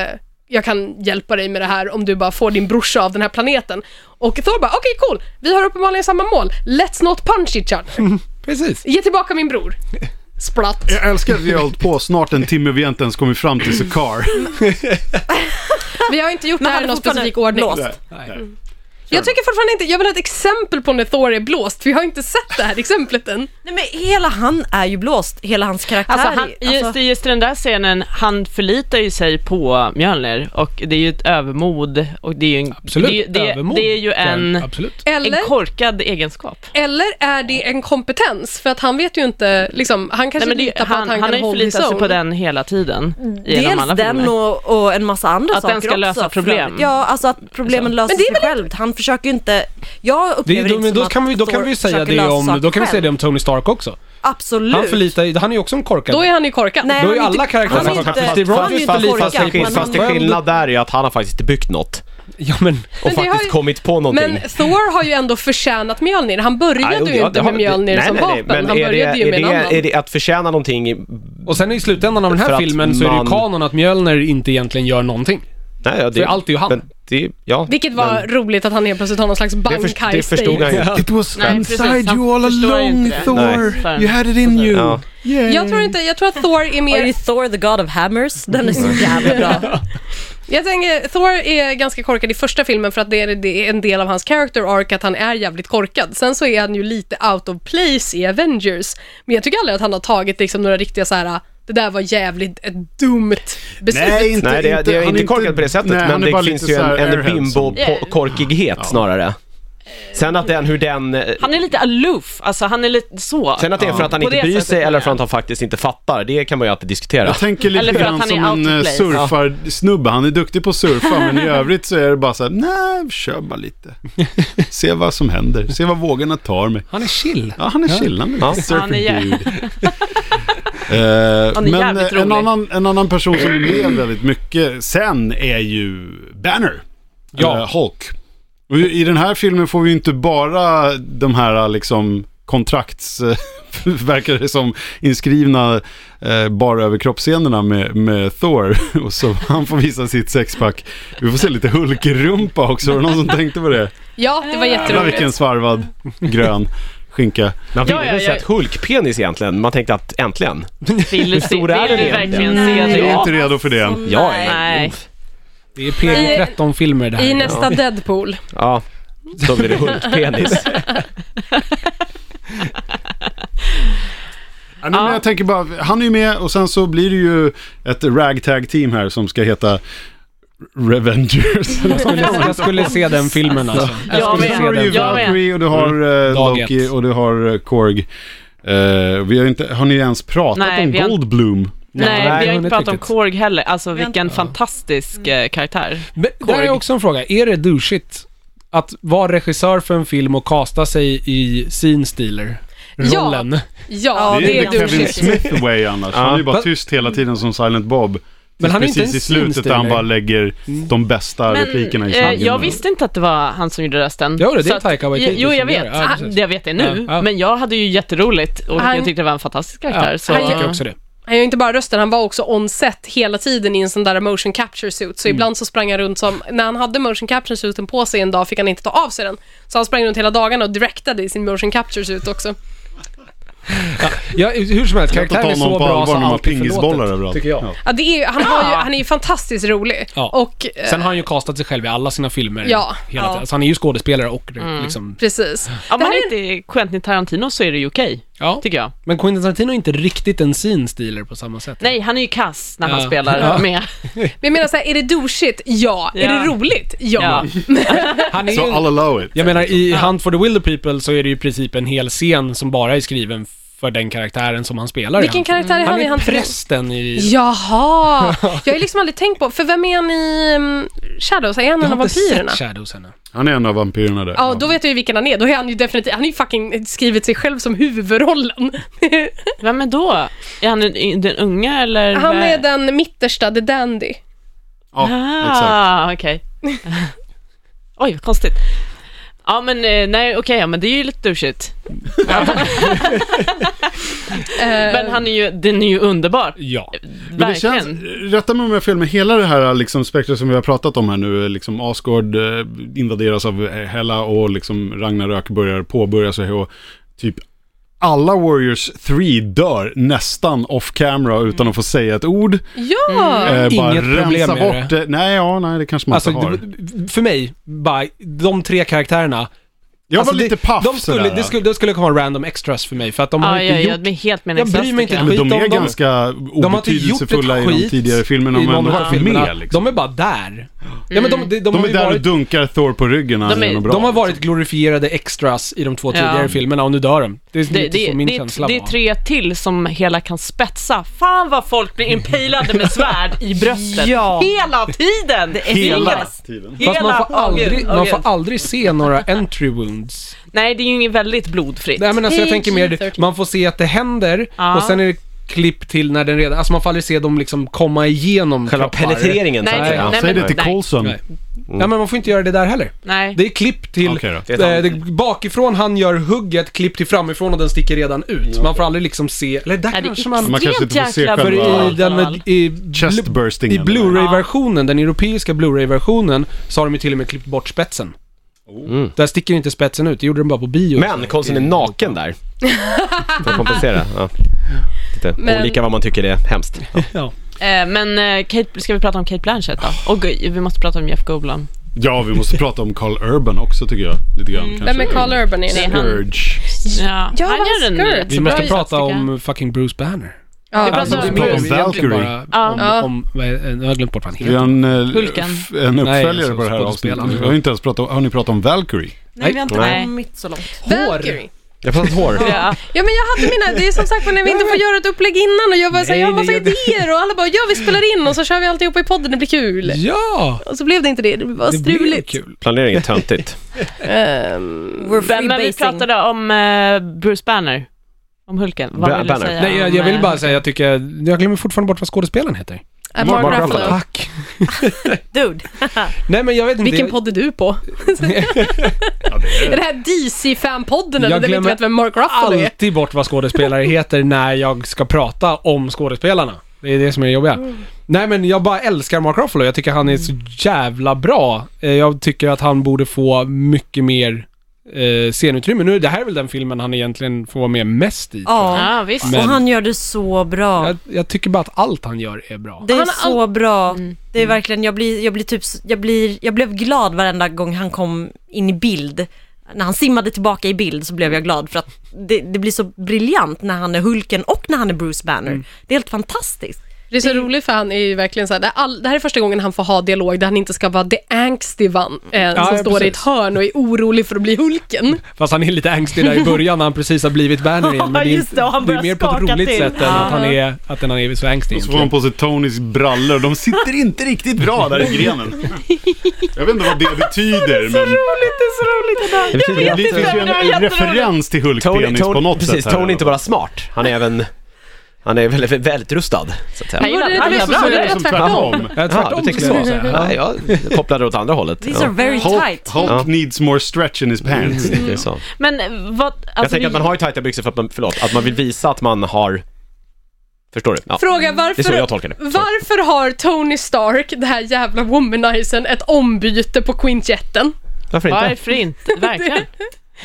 jag kan hjälpa dig med det här om du bara får din brorsa av den här planeten. Och Thor bara, okej cool, vi har uppenbarligen samma mål, let's not punch each other. Precis. Ge tillbaka min bror. Splatt. Jag älskar att vi har hållit på snart en timme och vi inte ens kommit fram till Sakaar. Vi har inte gjort det Men här i hade någon fortfarande specifik ordning. blåst. Jag tycker fortfarande inte, jag vill ha ett exempel på när Thor är blåst, för jag har inte sett det här exemplet än. Nej men hela han är ju blåst, hela hans karaktär. Alltså, är- han, just, alltså, just i den där scenen, han förlitar ju sig på Mjölner och det är ju ett övermod och det är ju en, Absolut. det, är- det, Övermod. det är ju en, Absolut. Eller, en korkad egenskap. eller är det en kompetens? För att han vet ju inte, liksom, han Nej, kanske men det, litar på han, att han, han har kan ju hold his förlitat sig own. på den hela tiden. Genom alla dels den filmer. och, och en massa andra Att den saker ska lösa också, för problem. övrigt. Ja, alltså att problemen löser Men det är sig självt. Han försöker ju inte, jag Det är, upplever ju- inte men som då att kan vi, då kan Thor vi säga försöker det lösa om, saker då kan vi säga själv. det om Tony Stark också. Absolut. Han förlitar ju- han är ju också en korkad. Då är han ju korkad. Nej, Då han är ju är inte- alla karaktärer han är korkade. inte- Steve han är Rogers ju inte förlitar Fast sig korkad, det, på- men fast det han- skillnad där är ju att han har faktiskt inte byggt något Ja men, Men och det har faktiskt ju- kommit på någonting. Men Thor har ju ändå förtjänat Mjölnir. Han Nej, började jo, ju ja, inte det har- med Mjölnir nej, som nej, nej, vapen. men han är det- började ju är med en det- annan. Är det att förtjäna någonting? i- och sen i slutändan av den För här att filmen så är det ju man- kanon att Mjölner inte egentligen gör någonting. Nej, ja, det, För allt är ju han. men Det, ja, Vilket var roligt att han helt plötsligt har någon slags det, bankai för, det förstod han ju. It was Nej, precis. inside Han you all förstår ju along inte det. Thor. Nej. You had it in you. Ja. Yay. Jag tror inte, jag tror att Thor är Are mer you Thor the God of Hammers? Den är så Mm. jävla bra. Jag tänker, Thor är ganska korkad i första filmen för att det är, det är en del av hans character arc att han är jävligt korkad. Sen så är han ju lite out of place i Avengers. Men jag tycker aldrig att han har tagit liksom några riktiga så här. det där var jävligt ett dumt beslut. Nej, inte, Nej, det, är- det är han inte korkat på det sättet, nej, han men är bara det finns lite ju så här en, en airhead som- bimbo-korkighet snarare. Sen att den, hur den... eh, Han är lite aloof, alltså han är lite så. Sen att det är för att han På inte det bryr sättet sig menar eller jag. för att han faktiskt inte fattar, det kan man ju alltid diskutera. Jag tänker lite Eller för att grann han är som out en of eh, place. surfarsnubbe. Han är duktig på att surfa, men i övrigt så är det bara så här, nej, kör bara lite. Se vad som händer, se vad vågorna tar mig. Han är chill. Ja, han är chillande. Ja. Surfer Han är jä- dude. Eh, Han är men jävligt eh, en rolig. annan, en annan person som blev väldigt mycket sen är ju Banner. Ja. Eller Hulk. Och i i den här filmen får vi ju inte bara de här liksom kontrakts... eh, verkar det som inskrivna eh, bara överkroppsscenerna med, med Thor. Och så han får visa sitt sexpack. Vi får se lite Hulk-rumpa också. Var det någon som tänkte på det? Ja, det var Jävlar jätteroligt. vilken svarvad grön skinka. Man ville Ja, ja, väl säga ja. att Hulk-penis egentligen, man tänkte att äntligen. Vill, du se- stor är vill den du verkligen egentligen? se Mm. Jag är det? inte redo för det än. Ja, Alltså, Nej. Nej. Det är PG-13-filmer det här. I nästa Deadpool. Ja, då blir det Hulk-penis. Ja, nej, men jag tänker bara, han är ju med och sen så blir det ju ett ragtag team här som ska heta Revengers. Jag skulle, jag skulle se den filmen alltså. Jag Jag skulle med. se Jag den. med. Valkyrie och du har eh, Mm. Dag Loki ett. och du har eh, Korg. Eh, vi har, ju inte, har ni ens pratat Nej, om vi har- Goldblum? Nej, vi har hunnit inte pratat om riktigt. Korg heller. Alltså har vilken fantastisk eh, karaktär. Men där är också en fråga. Är det douchigt att vara regissör för en film och kasta sig i scene stealer? Rollen. Ja, det är inte Kevin douchigt. Smith way annars. Han är ju bara Men- tyst hela tiden som Silent Bob. Men han är inte Mm. Precis en i slutet där han scene-stealer. bara lägger de bästa replikerna i eh, slangen. jag visste inte att det var han som gjorde rösten. Jo, det är Så att- Taika Waititi Jo, jag som gör vet. det. Ja, Ah, precis. jag vet det nu. Ja, ja. Men jag hade ju jätteroligt och Han- jag tyckte det var en fantastisk Ja, karaktär. jag så... tycker också det. Han gör inte bara rösten, han var också on set hela tiden i en sån där motion capture suit. Mm. Så ibland så sprang han runt som, när han hade motion capture suiten på sig en dag fick han inte ta av sig den. Så han sprang runt hela dagarna och directade i sin motion capture suit också. Ja, hur som helst, Lätt att karaktären ta är så någon på bra allvar så när man har allt är pingisbollar förlåtet, överallt. tycker jag. Ja. Ja, det är, ju- han, har ju, han är ju fantastiskt rolig. Ja. Och, eh, Sen har han ju castat sig själv i alla sina filmer Ja. hela tiden. Ja. Så han är ju skådespelare och liksom... precis. Om Det man här är- inte är Quentin Tarantino så är det ju okej, Ja. tycker jag. Men Quentin Tarantino är inte riktigt en sin stiler på samma sätt. Nej, han är ju kass när han Ja. spelar Ja. med. Men jag menar såhär, är det douchigt? Ja. Är Ja. det roligt? Ja. Ja. Han är Så ju... I'll allow it. Jag menar, i Hunt for the Wilder People så är det ju i princip en hel scen som bara är skriven för den karaktären som han spelar i Vilken Hunt. karaktär är han, i Han är Hunt for the- prästen i... Jaha! Jag har liksom aldrig tänkt på, för vem är han i um, Shadows? Är han Jag en av har inte vampyrerna? sett Shadows ännu. Han är en av vampyrerna där. Ja, då vet jag ju vilken han är. Då är han ju definitivt, han har ju fucking skrivit sig själv som huvudrollen. Vem är då? Är han den, den unga eller? Han är den mittersta, the dandy. Ja, exakt. Ah, okej. Oj, vad konstigt. Ja, men eh, nej, okej, ja, men det är ju lite douchigt. Eh, Men han är ju, den är ju underbar. Ja. Men det känns, Verkligen. rätta mig om jag har fel, men hela det här liksom, spektrat som vi har pratat om här nu, liksom Asgard eh, invaderas av eh, Hela och liksom Ragnarök börjar påbörjas och, och typ alla Warriors 3 dör nästan off camera utan att få säga ett ord. ja! Eh, bara Mm. Inget problem rensa med bort det. Nej, ja, nej, det kanske man Alltså, inte har. det- för mig, bara, de tre karaktärerna... jag alltså, var det- lite paff de skulle, sådär. det, skulle, det skulle komma random extras för mig, för att de har Ja, inte ja, ja, gjort... de är helt bryr meningslösa. mig inte tycker ett jag. men de skit är om dem. ganska De har inte gjort ett obetydelsefulla i de skit tidigare filmerna, i men någon av de är filmerna. med liksom. De är bara där. Ja, men de, de, de, De har är ju där och varit, dunkar Thor på ryggen när De han är- gör något bra. liksom. de har varit glorifierade extras i de två tidigare filmerna och nu dör de. Det är Det, lite det, så min det, känsla är- det är var. tre till som hela kan spetsa. Fan vad folk blir impalade med svärd i bröstet. Ja. Hela tiden! Det är Hela inga- tiden. Hela Fast man får, aldrig, Åh, man gud. får aldrig se några entry wounds. Nej, det är ju inget väldigt blodfritt. Nej men alltså jag tänker mer, PG-13. man får se att det händer Ja. och sen är det klipp till när den redan, alltså man får aldrig se dem liksom komma igenom Själva kroppar. penetreringen Nej, så att nej, säga. nej. Säg det till nej. Coulson. Nej. Ja men man får inte göra det där heller. Nej. Det är klipp till, Okej då. Det är eh, det, bakifrån han gör hugget, klipp till framifrån och den sticker redan ut. Man får aldrig liksom se, eller där Nej, det är kanske man... Man kanske inte får se jäkla- För själva- i Allt den av med, allt. i, Chest blu- bursting. i eller? Blu-ray-versionen, den europeiska Blu-ray-versionen, så har de ju till och med klippt bort spetsen. Oh. Mm. Där sticker inte spetsen ut, det gjorde de bara på bio. Men Colson är naken där. För att kompensera. Ja. Lite Men- olika vad man tycker det är hemskt. Ja. Eh, men eh, Kate, ska vi prata om Kate Blanchett då? Och vi måste prata om Jeff Goldblum. Ja, vi måste prata om Carl Urban också tycker jag. Lite grann kanske. Vem är Carl Urban i Det är den? han. Urge. Ja, Ja, vad gör en skurk. Vi så måste bra prata insats, tycker om fucking Bruce Banner. Ja, pratar Alltså, om- det är om egentligen Valkyrie. Bara, om, Ja. om, vad är- jag har glömt bort vad han Vi har heter. en, eh, Hulken. f- en uppföljare Nej, alltså, på det här skådespelaren. avsnittet. Vi har, inte ens pratat, om- har ni pratat om Valkyrie? Nej, vi har inte Nej. kommit så långt. Valkyrie. Jag har pratat hår. jag. Ja. Ja men jag hade mina, det är som sagt när vi inte får göra ett upplägg innan och jag bara såhär, Nej, jag har massa nej, jag- idéer och alla bara, ja vi spelar in och så kör vi alltihopa i podden, det blir kul. Ja! Och så blev det inte det, det blev bara Det blir struligt. kul. Planering är töntigt. Ehm, We're Men, men vi freebasing. pratade om eh, Bruce Banner. Om Hulken. Vad Ba- vill du Banner. säga? Nej, jag, jag om, vill eh, bara säga, jag tycker, jag glömmer fortfarande bort vad skådespelaren heter. äh, Mark Mark Ruffalo. Ruffalo. Tack! Dude. Nej men jag vet inte. Vilken jag- podd är du på? Är det här DC-fanpodden eller där Jag vi inte glömmer vet vem Mark Ruffalo är? alltid bort vad skådespelare heter när jag ska prata om skådespelarna. Det är det som är det jobbiga. Mm. Nej men jag bara älskar Mark Ruffalo. Jag tycker han är så jävla bra. Eh, Jag tycker att han borde få mycket mer eh, scenutrymme. Nu, det här är väl den filmen han egentligen får vara med mest i. Ja. Ja, visst. Men- Och han gör det så bra. Jag, jag tycker bara att allt han gör är bra. Det är Han har så bra. Mm. Det är verkligen, jag blir, jag blir typ, jag blir, jag blev glad varenda gång han kom in i bild. När han simmade tillbaka i bild så blev jag glad för att det, det blir så briljant när han är Hulken och när han är Bruce Banner. Mm. Det är helt fantastiskt. Det är så roligt för han är ju verkligen så här, det, är all, det här är första gången han får ha dialog där han inte ska vara the angsty one eh, som ja, står i ett precis. hörn och är orolig för att bli Hulken. Fast han är lite ängslig där i början när han precis har blivit Banner igen. Men det är, Just det, och han det är börjar mer på ett skaka roligt till. sätt än att han är, att han är så ängslig Och så får man egentligen. på sig Tonys brallor. De sitter inte riktigt bra där i grenen. Jag vet inte vad det betyder, men Det är så roligt idag. Det betyder det finns ju men det var en jätteroligt. referens till Tony, Hulk-penis på Tony, något precis, sätt. här Tony är inte i alla bara smart, han är även... Han är väldigt, väldigt rustad, så att säga. Nej, Var det han inte är vi som bra. fall. sa det? Det är som Tvärtom. tvärtom. Ja, Ja, du tvärtom tänker skulle så. jag säga. Ja. Ja, jag kopplade åt andra hållet. These are very Hulk, tight. Hulk Ja. needs more stretch in his pants. Ja, det är så. Men eh, vad... Jag alltså, tänker att det- man har ju tajta byxor för att man, förlåt, att man vill visa att man har Förstår du? Ja. Fråga varför... Det är så jag tolkar det. Sorry. Varför har Tony Stark, den här jävla womanizern, ett ombyte på Quinjetten? Varför inte? Varför inte? Verkligen.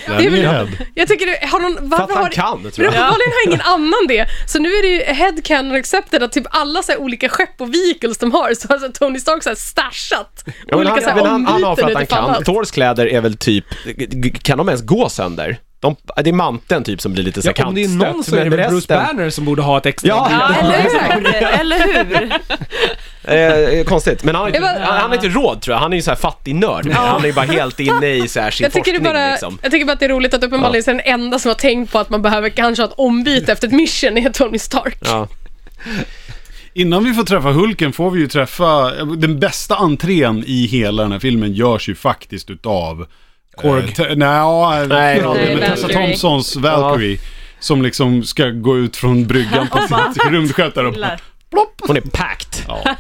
Det är väl- Head. Jag tycker det, har någon, För att varför han har... kan, Men tror jag. uppenbarligen har ingen annan det. Så nu är det ju headcanon accepted att typ alla så här olika skepp och vehicles de har så har så här Tony Stark så här stashat Ja, men olika han, så här men han, han har för ombyten att han utifall kan. allt. Thors kläder är väl typ, g- g- kan de ens gå sönder? De, det är manteln typ som blir lite så Ja, här om det är kantstött, någon så är det men väl Bruce resten- Banner som borde ha ett extra Ja. ombyte. Ja, eller hur? Eller hur? Eh, konstigt, men han har, inte, Jag bara- han han har inte råd tror jag. Han är ju så här fattig nörd. Han är ju bara helt inne i så här sin Jag tycker, det forskning bara, liksom. jag tycker bara att det är roligt att uppenbarligen så är den enda som har tänkt på att man behöver kanske ha ett ombyte efter ett mission är Tony Stark. Ja. Innan vi får träffa Hulken får vi ju träffa, den bästa entrén i hela den här filmen görs ju faktiskt utav Korg? Nej, ja, Nej, nej, men Valkyrie. Tessa Thompsons Valkyrie. Som liksom ska gå ut från bryggan på sitt rymdskepp där uppe. Gillar. Plopp! Hon är packed. Ja.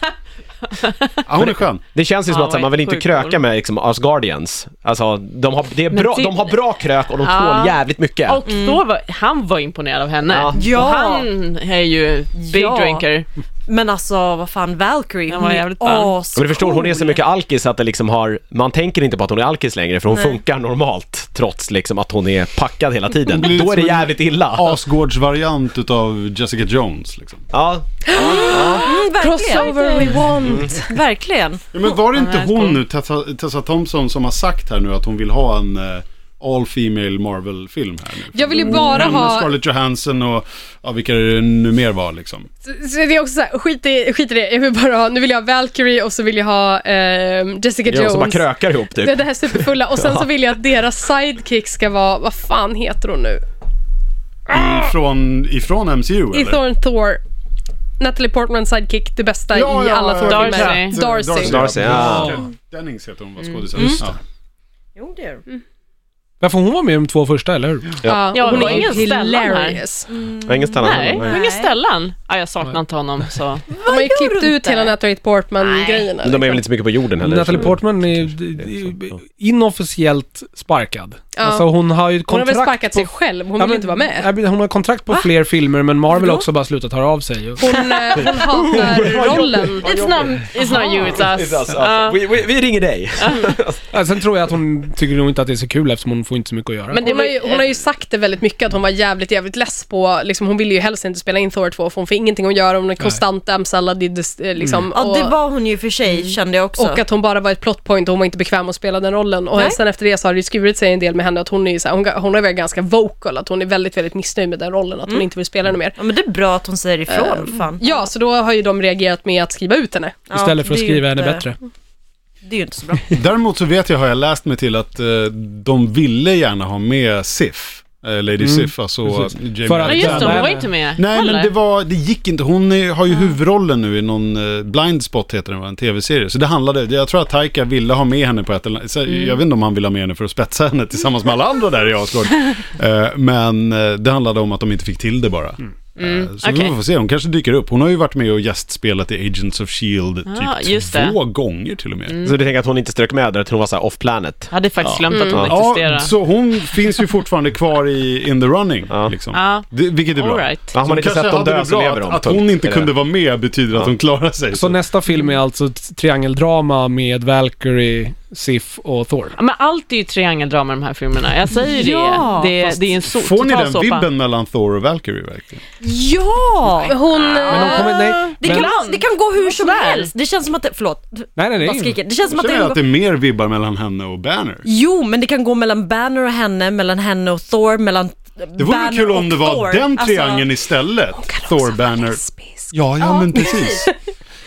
ja, hon är skön. Det känns ju som Ja, att så här, man vill inte sjukt kröka cool. med liksom, Asgardians. Alltså, de har, det är Men bra, det- de har bra krök och de Ja. tål jävligt mycket. Och då var, han var imponerad av henne. Ja. Ja. Och han är ju big Ja. drinker. Men alltså, vad fan, Valkyrie, Den hon var är jävligt ball. Men ascool. du förstår, hon är så mycket alkis att det liksom har, man tänker inte på att hon är alkis längre för hon funkar normalt trots liksom att hon är packad hela tiden. Hon blir Då är det som en- jävligt illa. Ja. Asgårds-variant utav Jessica Jones liksom. Ja. Mm, verkligen. Crossover we want. Verkligen. Ja, men var det inte men- hon nu, Tessa, Tessa Thompson, som har sagt här nu att hon vill ha en eh, all female Marvel-film här Mm, nu? Jag vill ju bara Hon, ha... Scarlett Johansson och ja, vilka det nu mer var liksom. Så så det är också så här, skit i, skit i det. Jag vill bara ha, nu vill jag ha Valkyrie och så vill jag ha ehm, Jessica Ja, Jones. som bara krökar ihop Det är typ. det här superfulla. Och sen så vill jag att deras sidekick ska vara, vad fan heter hon nu? Ifrån, ifrån MCU eller? Ithorn Thor. Natalie Portmans sidekick, det bästa i alla Thor-filmer. Darcy. Darcy. Darcy, ja. Dennings heter hon, var skådisen. Mm. Ja. Jo, det är Men får hon vara med i de två första, eller hur? Ja, Ja, hon det var är ingen Stellan här. hilarious. Ingen stannar Nej, Nej. och ingen Nej. Stellan. Ja, jag saknar inte honom så. De har ju klippt du ut inte? hela Natalie liksom. Portman-grejerna. Men De är väl inte så mycket på jorden heller. Natalie Portman är så. är inofficiellt sparkad. Ja. Alltså hon har ju Hon har väl kontrakt sparkat sig på... själv, hon Ja, vill men- inte vara med. Ja, men Hon har kontrakt på fler filmer men Marvel har också bara slutat höra av sig. Hon, eh, hon hatar rollen. It's not, it's not you, it's us. It's us, Ja. alltså. vi, vi, vi ringer dig. Ja, Sen tror jag att hon tycker nog inte att det är så kul eftersom hon får inte så mycket att göra. Men det Hon var har, ju, hon har ju sagt det väldigt mycket att hon var jävligt, jävligt less på, liksom, hon ville ju helst inte spela in Thor 2 för hon får ingenting att göra, hon är konstant amsallad i dis- eh, liksom, Mm. Ja, det och- var hon ju för sig, kände jag också. Och att hon bara var ett plot point och hon var inte bekväm att spela den rollen. Och Nej. sen efter det så har det ju skurit sig en del med henne att hon är ju så här, hon, ga- hon är väl ganska vocal, att hon är väldigt, väldigt missnöjd med den rollen, att hon inte vill spela den mer. Ja, men det är bra att hon säger ifrån, fan. Ja, så då har ju de reagerat med att skriva ut henne. Ja, Istället för att det är ju skriva henne inte- bättre. Det är ju inte så bra. Däremot så vet jag, har jag läst mig till att eh, de ville gärna ha med Sif. Eh, Lady Sif, alltså Mm. precis. Jamie För att- Ja, Alexander. just det, hon var Nej, inte med Nej heller. men det var, det gick inte. Hon är, har ju huvudrollen nu i någon eh, Blind Spot heter den va, en tv-serie. Så det handlade, jag tror att Taika ville ha med henne på ett eller så, Mm. Jag vet inte om han ville ha med henne för att spetsa henne tillsammans med alla andra där i Asgård. Eh, men eh, det handlade om att de inte fick till det bara. Eh, Så vi Mm, okej. får se, hon kanske dyker upp. Hon har ju varit med och gästspelat i Agents of Shield Ja, typ just Mm. två gånger till och med. Så du tänker att hon inte strök med där, att hon var så här off planet? Jag hade faktiskt glömt att hon Ja, Mm. existerade. så hon finns ju fortfarande kvar i in the running. Ja. Liksom. Ja. Det, vilket är bra. All right. Ja, har man Så inte kanske sett dem hade dö det så bra lever de. att, att punkt. hon inte Är det kunde det? vara med betyder att Ja. hon klarar sig. Så nästa film är alltså ett triangeldrama med Valkyrie, Sif och Thor. Ja, Men allt är ju triangeldrama i de här filmerna. Jag säger ju Ja, det. Det, fast det är en so- Får ni total den såpa. vibben mellan Thor och Valkyrie verkligen? Ja! Hon... Men de eh, kommer, Ah, nej, Det men, kan, det kan gå hur som Sådär. helst. Det känns som att det, förlåt, du nej, nej, bara nej. skriker. Det känns som Jag att det känner kan att gå, det är mer vibbar mellan henne och Banner. Jo, men det kan gå mellan Banner och henne, mellan henne och Thor, mellan Det vore Banner kul om och det var Thor. den Alltså, triangeln istället. Thor, Banner. Ja, ja men precis.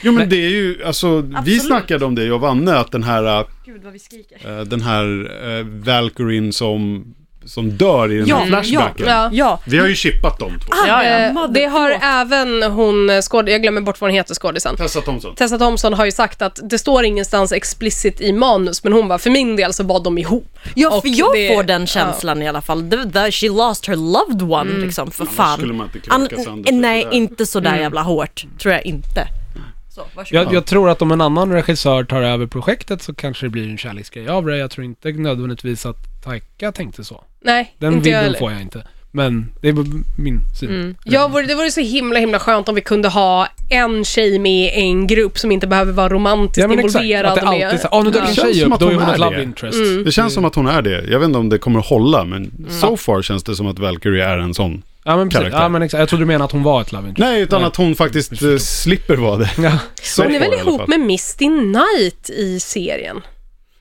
Jo men det är ju, alltså vi Absolut. snackade om det jag och Vanne, att den här, Gud vad vi skriker. eh, den här eh, Valkyrien som, som dör i den här Ja, flashbacken. ja. Ja, Vi har ju chippat dem två. ja, Eh, det har även hon, eh, skåd- jag glömmer bort vad hon heter, skådisen. Tessa Thompson. Tessa Thompson har ju sagt att det står ingenstans explicit i manus, men hon bara, för min del så var de ihop. Ja, Och för jag det- får den känslan i alla fall. The, the, she lost her loved one, liksom, för fan. skulle man inte kröka An- sönder sig Nej, sådär. inte sådär jävla hårt. Tror jag inte. Mm. Så, varsågod. Jag, jag tror att om en annan regissör tar över projektet så kanske det blir en kärleksgrej av det. Jag tror inte nödvändigtvis att Taika tänkte så. Nej, Den inte jag bilden heller. får jag inte. Men det är bara min syn. Mm. Ja, vore- det vore så himla himla skönt om vi kunde ha en tjej med i en grupp som inte behöver vara romantiskt Ja men exakt, involverad. att det alltid är med... så här, ah, nu dök Ja. en Känns tjej som att upp, då är hon hon är ett love det. interest. Mm. Det känns som att hon är det. Jag vet inte om det kommer hålla, men Mm. so far känns det som att Valkyrie är en sån. Ja men precis, Karaktär. ja, men exakt. jag trodde du menade att hon var ett love interest. Nej, utan att hon faktiskt eh, slipper vara det. Ja. So Hon är far väl i alla ihop fall. med Misty Knight i serien?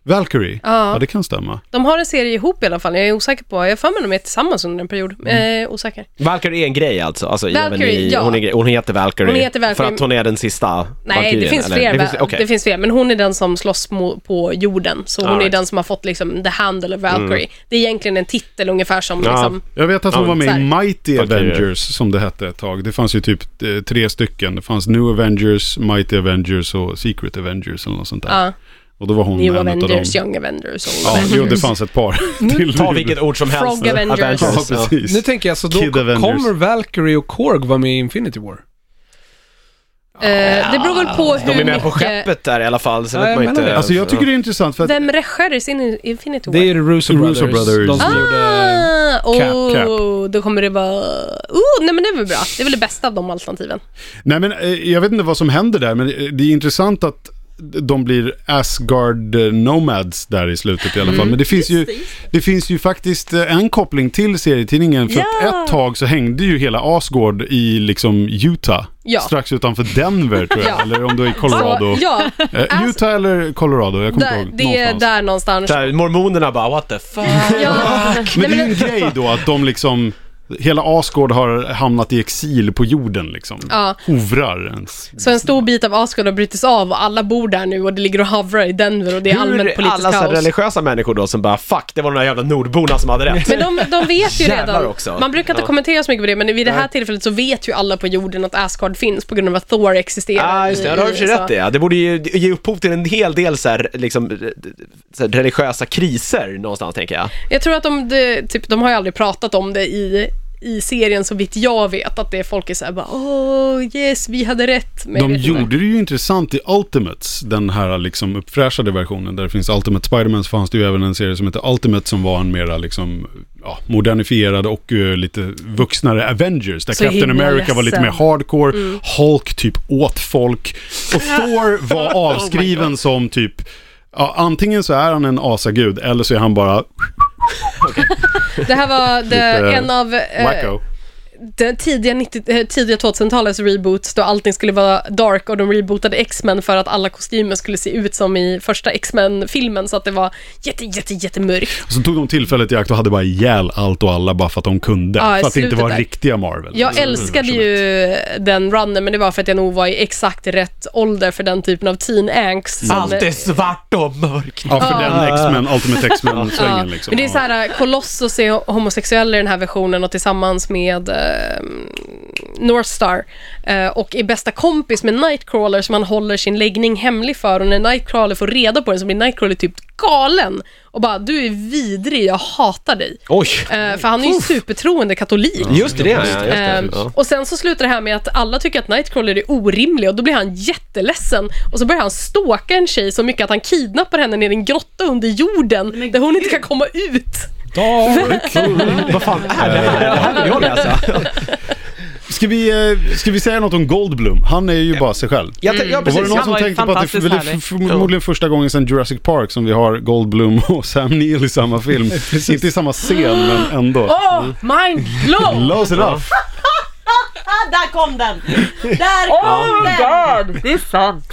Valkyrie? Ja. Ja, det kan stämma. De har en serie ihop i alla fall, jag är osäker på. Jag har för mig de är tillsammans under en period. Mm. Eh, osäker. Valkyrie är en grej alltså? alltså Valkyrie, även i, ja. hon, är, grej- hon heter Valkyrie. Hon heter Valkyrie. För att hon är den sista Nej, Valkyrien, det, finns eller? fler, Det finns, okej. det finns fler, men hon är den som slåss mo- på jorden. Så hon är Alright. den som har fått liksom the handle of Valkyrie. Det är egentligen en titel ungefär som Ja. liksom, Jag vet att Ja, hon var så med här. i Mighty Valkyrie. Avengers, som det hette ett tag. Det fanns ju typ eh, tre stycken. Det fanns New Avengers, Mighty Avengers och Secret Avengers eller något sånt där. ja, Och då var hon ah, New en av dem. Avengers, Mm. Young Avengers, Old Ja, Avengers. jo, det fanns ett par till. Ta vilket ord som helst. Frog Avengers. Ja, ja. precis. Nu tänker jag, så då Kid Avengers. kommer Valkyrie och Korg vara med i Infinity War? Eh, det beror väl på hur De är med mycket... på skeppet där i alla fall, så Ja, vet jag man menar inte... det. Alltså jag tycker det är intressant för att Vem regisserar sin Infinity War? Det är The Russo Brothers, Russo Brothers. de som Ah! gjorde... Ah, oh, Cap, Då kommer det vara... Oh, nej men det är väl bra. Det är väl det bästa av de alternativen. Nej men eh, jag vet inte vad som händer där, men eh, det är intressant att de blir Asgard eh, Nomads där i slutet i alla fall. Mm. Men det finns, ju, det finns ju faktiskt eh, en koppling till serietidningen. För Ja. att ett tag så hängde ju hela Asgard i liksom Utah. Ja. Strax utanför Denver tror jag. Ja. Eller om det var i Colorado. Så, ja, Eh, As- Utah eller Colorado, jag kommer inte där, ihåg. det är någonstans. där någonstans. Där, mormonerna bara what the fuck. Ja, Men det är ju en grej då att de liksom, hela Asgard har hamnat i exil på jorden liksom. ja. Hovrar ens. Så en stor bit av Asgard har brutits av och alla bor där nu och det ligger och havrar i Denver och det är allmänt Hur politiskt alla så här kaos. religiösa människor då som bara fuck, det var de där jävla nordborna som hade rätt. Men de, de vet ju Jävlar redan. också. Man brukar inte Ja. kommentera så mycket på det, men vid det här Nej. tillfället så vet ju alla på jorden att Asgard finns på grund av att Thor Ja, existerar. ah, just det. Ja, det har du för sig så- rätt i. ja. Det borde ju ge upphov till en hel del så här, liksom, eh, så här, religiösa kriser någonstans, tänker jag. Jag tror att de, de, typ, de har ju aldrig pratat om det i, i serien så vitt jag vet att det är folk är såhär bara åh yes vi hade rätt. Men jag De vet inte. gjorde det ju intressant i Ultimates, den här liksom uppfräschade versionen där det finns Ultimate Spider-Man så fanns det ju även en serie som heter Ultimate som var en mera liksom ja, modernifierad och eh, lite vuxnare Avengers där Så Captain himla America var lite mer ledsen. Mm. hardcore, Hulk typ åt folk och Thor Oh var avskriven som typ Ja, antingen så är han en asagud eller så är han bara Det här var det, Lite en av eh, wacko. den tidiga, 90, eh, tidiga 2000-talets reboots då allting skulle vara dark och de rebootade X-Men för att alla kostymer skulle se ut som i första X-Men-filmen så att det var jätte, jätte, jättemörkt. Och så tog de tillfället i akt och hade bara ihjäl allt och alla bara för att de kunde. Ja, i för att det inte slutet var där. riktiga Marvel. Jag Mm. älskade ju den runnen men det var för att jag nog var i exakt rätt ålder för den typen av teen angst. som- Allt är svart och mörkt. Ja, för Ja. den X-Men, Ultimate X-Men-svängen Ja, liksom. Men det är så här, äh, Colossus är homosexuell i den här versionen och tillsammans med eh, Northstar eh, och är bästa kompis med Nightcrawler som han håller sin läggning hemlig för och när Nightcrawler får reda på den så blir Nightcrawler typ galen och bara du är vidrig, jag hatar dig. Oj! Eh, för han är ju supertroende katolik. Just det, ja, just det. Ehm, Ja. och sen så slutar det här med att alla tycker att Nightcrawler är orimlig och då blir han jätteledsen och så börjar han stalka en tjej så mycket att han kidnappar henne ner i en grotta under jorden där hon inte kan komma ut. Mm. Vad fan är det här? Det här vill jag läsa. Ska, vi, eh, ska vi säga något om Goldblum? Han är ju bara sig själv. Jag, t- ja, Och var det precis. någon Han som var ju- tänkte på att det fantastiskt väl är härlig. f- förmodligen första gången sedan Jurassic Park som vi har Goldblum och Sam Neill i samma film. Inte i samma scen, men ändå. Åh, mind blown! Close it up. Ah, där kom den! Där kom den! God, det är sant.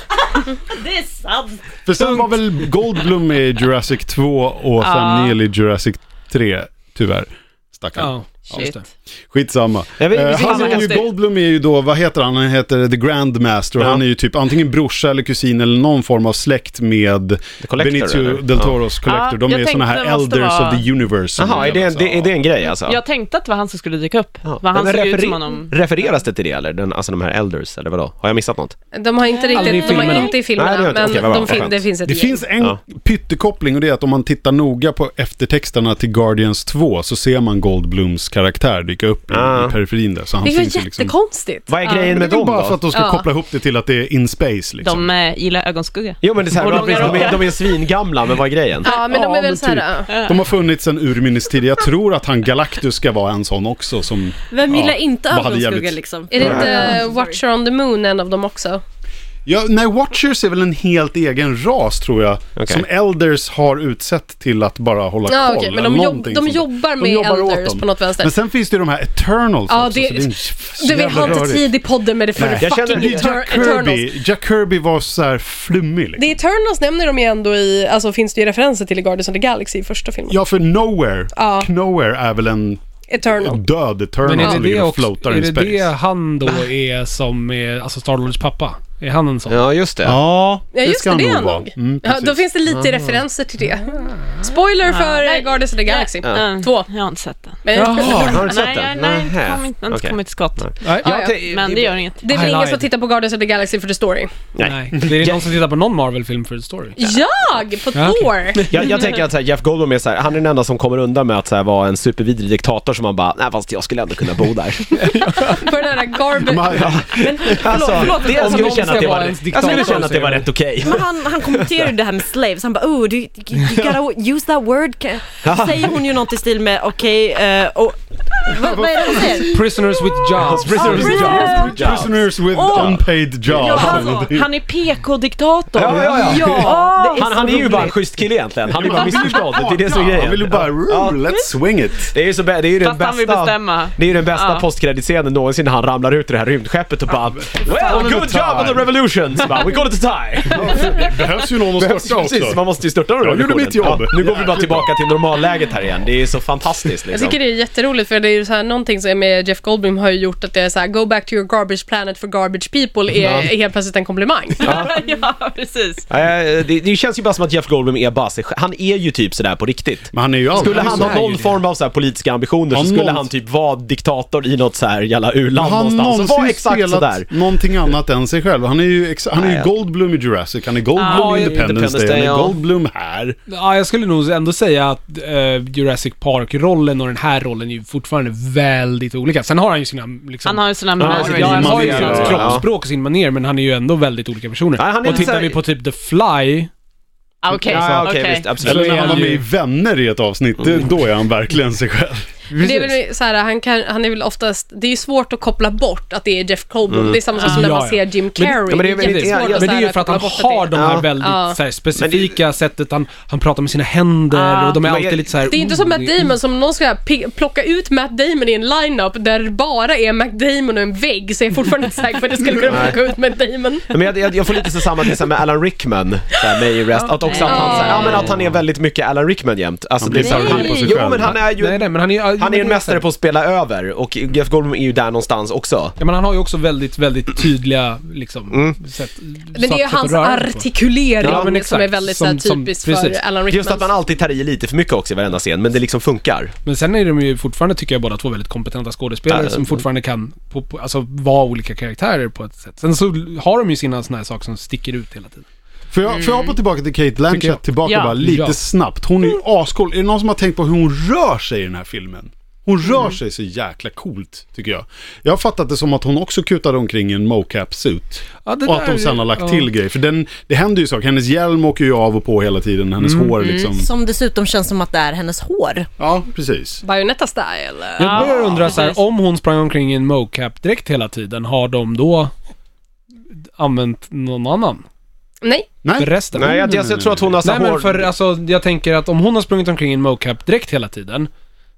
Det är sant! För sen var väl Goldblum i Jurassic 2 och Sam Ja. Neill i Jurassic 3, tyvärr. Stackarn. Ja, ja, just det. Shit. Skitsamma. Jag vet- Eh, precis. han Han är ju, heter- Goldblum är ju då, vad heter han? Han heter The Grandmaster och Ja. han är ju typ antingen brorsa eller kusin eller någon form av släkt med The Collector, Benicio eller? del Ja. Toros Collector. Ja, De jag är tänkte sådana här det måste elders vara- of the universe. som Jaha, är de det, kallas. en- det, är det en grej alltså? Jag tänkte att det var han som skulle dyka upp. Ja. Vad han Men såg ut referi- som honom. Refereras det till det eller? Den, alltså de här elders, eller vadå? Har jag missat något? De har inte Aldrig i riktigt, de har filmerna. inte i Nej, det filmerna, har inte. men Okej, vad bra, de vad fin- skönt. det finns ett Det gäng. finns en Ja. pyttekoppling och det är att om man tittar noga på eftertexterna till Guardians 2 så ser man Goldblums karaktär dyka upp i, Ah. i periferin där. Så han Det var finns ju liksom... jättekonstigt. Vad är Ja. grejen Det med är väl dem bara för då? att de ska Ja. koppla ihop det till att det är in space liksom. De eh, gillar ögonskugga. Jo men det är så här, Och de, långa är, de är svingamla, men vad är grejen? Ja, men de Ja, är väl men så här... typ. ja. De har funnits sedan urminnes tider. Jag tror att han Galactus ska vara en sån också som... Vem Ja, gillar inte vad hade ögonskugga jävligt- liksom? Är det inte Watcher on the Moon en av dem också? Ja, nej, Watchers är väl en helt egen ras tror jag. Okej. Som Elders har utsett till att bara hålla Ja, koll. okej, men eller de, jobb, någonting de sånt. jobbar De med jobbar åt elders dem. på något vänster. Men sen finns det ju de här Eternals Ja, också. det- så det är så Du, vi jävla har inte rörigt. tid i podden med det för Nej. fucking Jag känner- Det är Jack Eternals. Kirby. Jack Kirby var så här flummig liksom. Det Eternals nämner de ju ändå i, alltså finns det ju referenser till i Guardians of the Galaxy i första filmen. Ja, för Nowhere. Ja. Nowhere är väl en Eternal. död Eternal Men är som det det, ligger och också, floatar är i det, space. det han då är som är, alltså Starlords pappa? Är han en sån? Ja, just det. Ja, Ja, det just ska det, han det är nog han vara. nog. Mm, Ja, då precis. finns det lite referenser till det. Spoiler för Nej. eh, Guardians of the Galaxy. Ja. Mm, Två. Jag har inte sett den. Men, Jaha, har du inte sett Nej, jag, den? nej, Nähä. kom inte, jag har inte Okej. kommit till skott. Nej, Ja, ja. tänkte- Men det gör inget. Det är väl I ingen lied. som tittar på Guardians of the Galaxy för the story? Nej. Det är någon som tittar på någon Marvel-film för story. Jag! På Ja, okej. Thor! Jag, jag tänker att så här, Jeff Goldblum är så här, han är den enda som kommer undan med att så här, vara en supervidrig diktator som man bara, nej fast jag skulle ändå kunna bo där. På den där garbage... Man- ja, alltså, förlåt, det, jag om skulle någon känna ska att det vara var, jag ens skulle diktator känna att det så är var det- rätt okej. Men han, han kommenterar ju det här med slaves, han bara oh, du, you gotta use that word. Ka- Säger hon ju något i stil med okej, eh, och... Vad, vad är det hon säger? Prisoners with jobs. Prisoners Ja, with Ah, jobs. Prisoners with Åh. unpaid jobs. Ja, alltså, Han, han är PK-diktator. Ja, ja, ja. Ja, det är Han, så han är ju roligt. bara en schysst kille egentligen. Han är bara Han vill ju missförstådd. Det är det som är Ja, Han vill ju grejen. bara, "Ooh, let's swing it. Det är ju, så, bä- det är ju den Fast han vill bästa, bestämma. det är ju den bästa Ja. postkreditscenen någonsin när han ramlar ut ur det här rymdskeppet och bara fan, Well, det var good job on the time." revolution! Så bara, We got it to tie! Behövs ju någon att störta också. Precis, man måste ju störta den här Jag gjorde revolutionen. mitt jobb. Ja, nu går vi bara tillbaka till normalläget här igen. Det är så fantastiskt Jag liksom. tycker det är jätteroligt för det är ju så här någonting som är med Jeff Goldblum har ju gjort att det är så här go back to your garbage planet for garbage people är, är helt plötsligt en komplimang. ja, precis. Eh, det, det känns ju bara som att Jeff Goldblum är bara sig själv. Han är ju typ sådär på riktigt. Men han är ju alltid Skulle han så. ha någon form av så här politiska ambitioner Har så skulle någon- han typ vara diktator i något så här jävla u-land Har han någonstans. Och vara någonsin exakt spelat sådär. någonting annat än sig själv? Han är ju, exa- han är ju Nej. Goldblum i Jurassic, han är Goldblum Ja, i i Independence Day, Independence han är Day, ja. Goldblum här. Ja, jag skulle nog ändå säga att eh, Jurassic Park-rollen och den här rollen är ju fortfarande väldigt olika. Sen har han ju sina... Liksom, Han har ju sina Ja, memories. ja, han har ju sin sitt manér, ja. kroppsspråk och sin manér, men han är ju ändå väldigt olika personer. Nej, han är och lite tittar så här- vi på typ The Fly, Ah, Okej, Ja, okej, okej. visst, absolut. Eller när han han var med ju- i Vänner i ett avsnitt, det- då är han verkligen sig själv. Men det är väl så här, han, kan, han är väl oftast, det är ju svårt att koppla bort att det är Jeff Goldblum. Det är samma sak som när Mm. Ja, man ser ja. Jim Men- Carrey. ja, men det är väl- jättesvårt ja, ja, att men så det är här ju för att han koppla bort det. har de här Ja. väldigt Ja. så här, specifika sättet, han, han pratar med sina händer Ja. och de är Men alltid jag- lite så här. mm. Det är inte som Matt Damon, som någon ska pi- plocka ut Matt Damon i en line-up där det bara är Matt Damon och en vägg, så jag är fortfarande inte säker på att det skulle kunna plocka ut Matt Damon. Men jag, jag, jag får lite så samma till exempel med Alan Rickman, så här, med i Rest, att också att han, så här, ja, men att han är väldigt mycket Alan Rickman jämt. Alltså, Han blir så här- parodi på sig Jo själv. men han är ju, Nej, nej, men han är, han är en mästare på att spela över och Jeff Goldblum är ju där någonstans också. Ja, men han har ju också väldigt, väldigt tydliga liksom, sätt, Mm. Men det är ju hans artikulering Ja, men som exakt. är väldigt så här, Som- som- typiskt precis. för Alan Rickman. Just att man alltid tar i lite för mycket också i varenda scen, men det liksom funkar. Men sen är de ju fortfarande, tycker jag, båda två väldigt kompetenta skådespelare Ja, som ja. fortfarande kan på, på, alltså, vara olika karaktärer på ett sätt. Sen så har de ju sina såna här saker som sticker ut hela tiden. Får jag, får jag hoppa tillbaka till Kate Mm. Tycker jag. Blanchett tillbaka Ja. bara lite Ja. Mm. snabbt? Hon är ju ascool. Är det någon som har tänkt på hur hon rör sig i den här filmen? Hon rör Mm. sig så jäkla coolt, tycker jag. Jag har fattat det som att hon också kutade omkring i en mocap-suit. Ja, det Och att där- de sen har lagt ja. till grejer. För den, det händer ju saker. Hennes hjälm åker ju av och på hela tiden. Hennes Mm. hår liksom. Som dessutom känns som att det är hennes hår. Ja, precis. Bayonetta style. Jag börjar undra så här, precis. om hon sprang omkring i en mocap-dräkt hela tiden, har de då använt någon annan Nej, för Nej. resten? Nej, jag, jag, jag tror att hon har så Nej här men hår- för alltså, jag tänker att om hon har sprungit omkring i en mocap-dräkt hela tiden,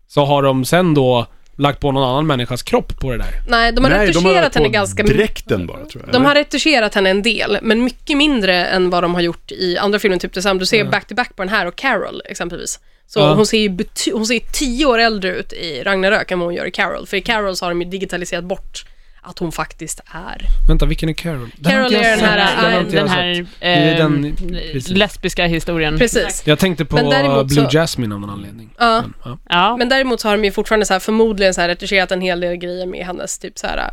så har de sen då lagt på någon annan människas kropp på det där. nej, de har Nej, de har retuscherat lagt på henne ganska mycket. Dräkten bara, tror jag. De eller? har retuscherat henne en del, men mycket mindre än vad de har gjort i andra filmer. Typ det som du ser back-to-back på den här och Carol exempelvis. Så Ja. hon, ser ju bety- hon ser ju tio år äldre ut i Ragnarök än vad hon gör i Carol. För i Carol så har de ju digitaliserat bort att hon faktiskt är. Vänta, vilken är Carol? Den har Carol inte jag är den sett. här- har inte jag den här sett. eh, är den- precis. lesbiska historien. Precis. Jag tänkte på äh, Men däremot Blue så- Jasmine av någon anledning. Ja. Men, ja. Ja. Men däremot så har de ju fortfarande så här, förmodligen så här retuscherat en hel del grejer med hennes typ så här, eh,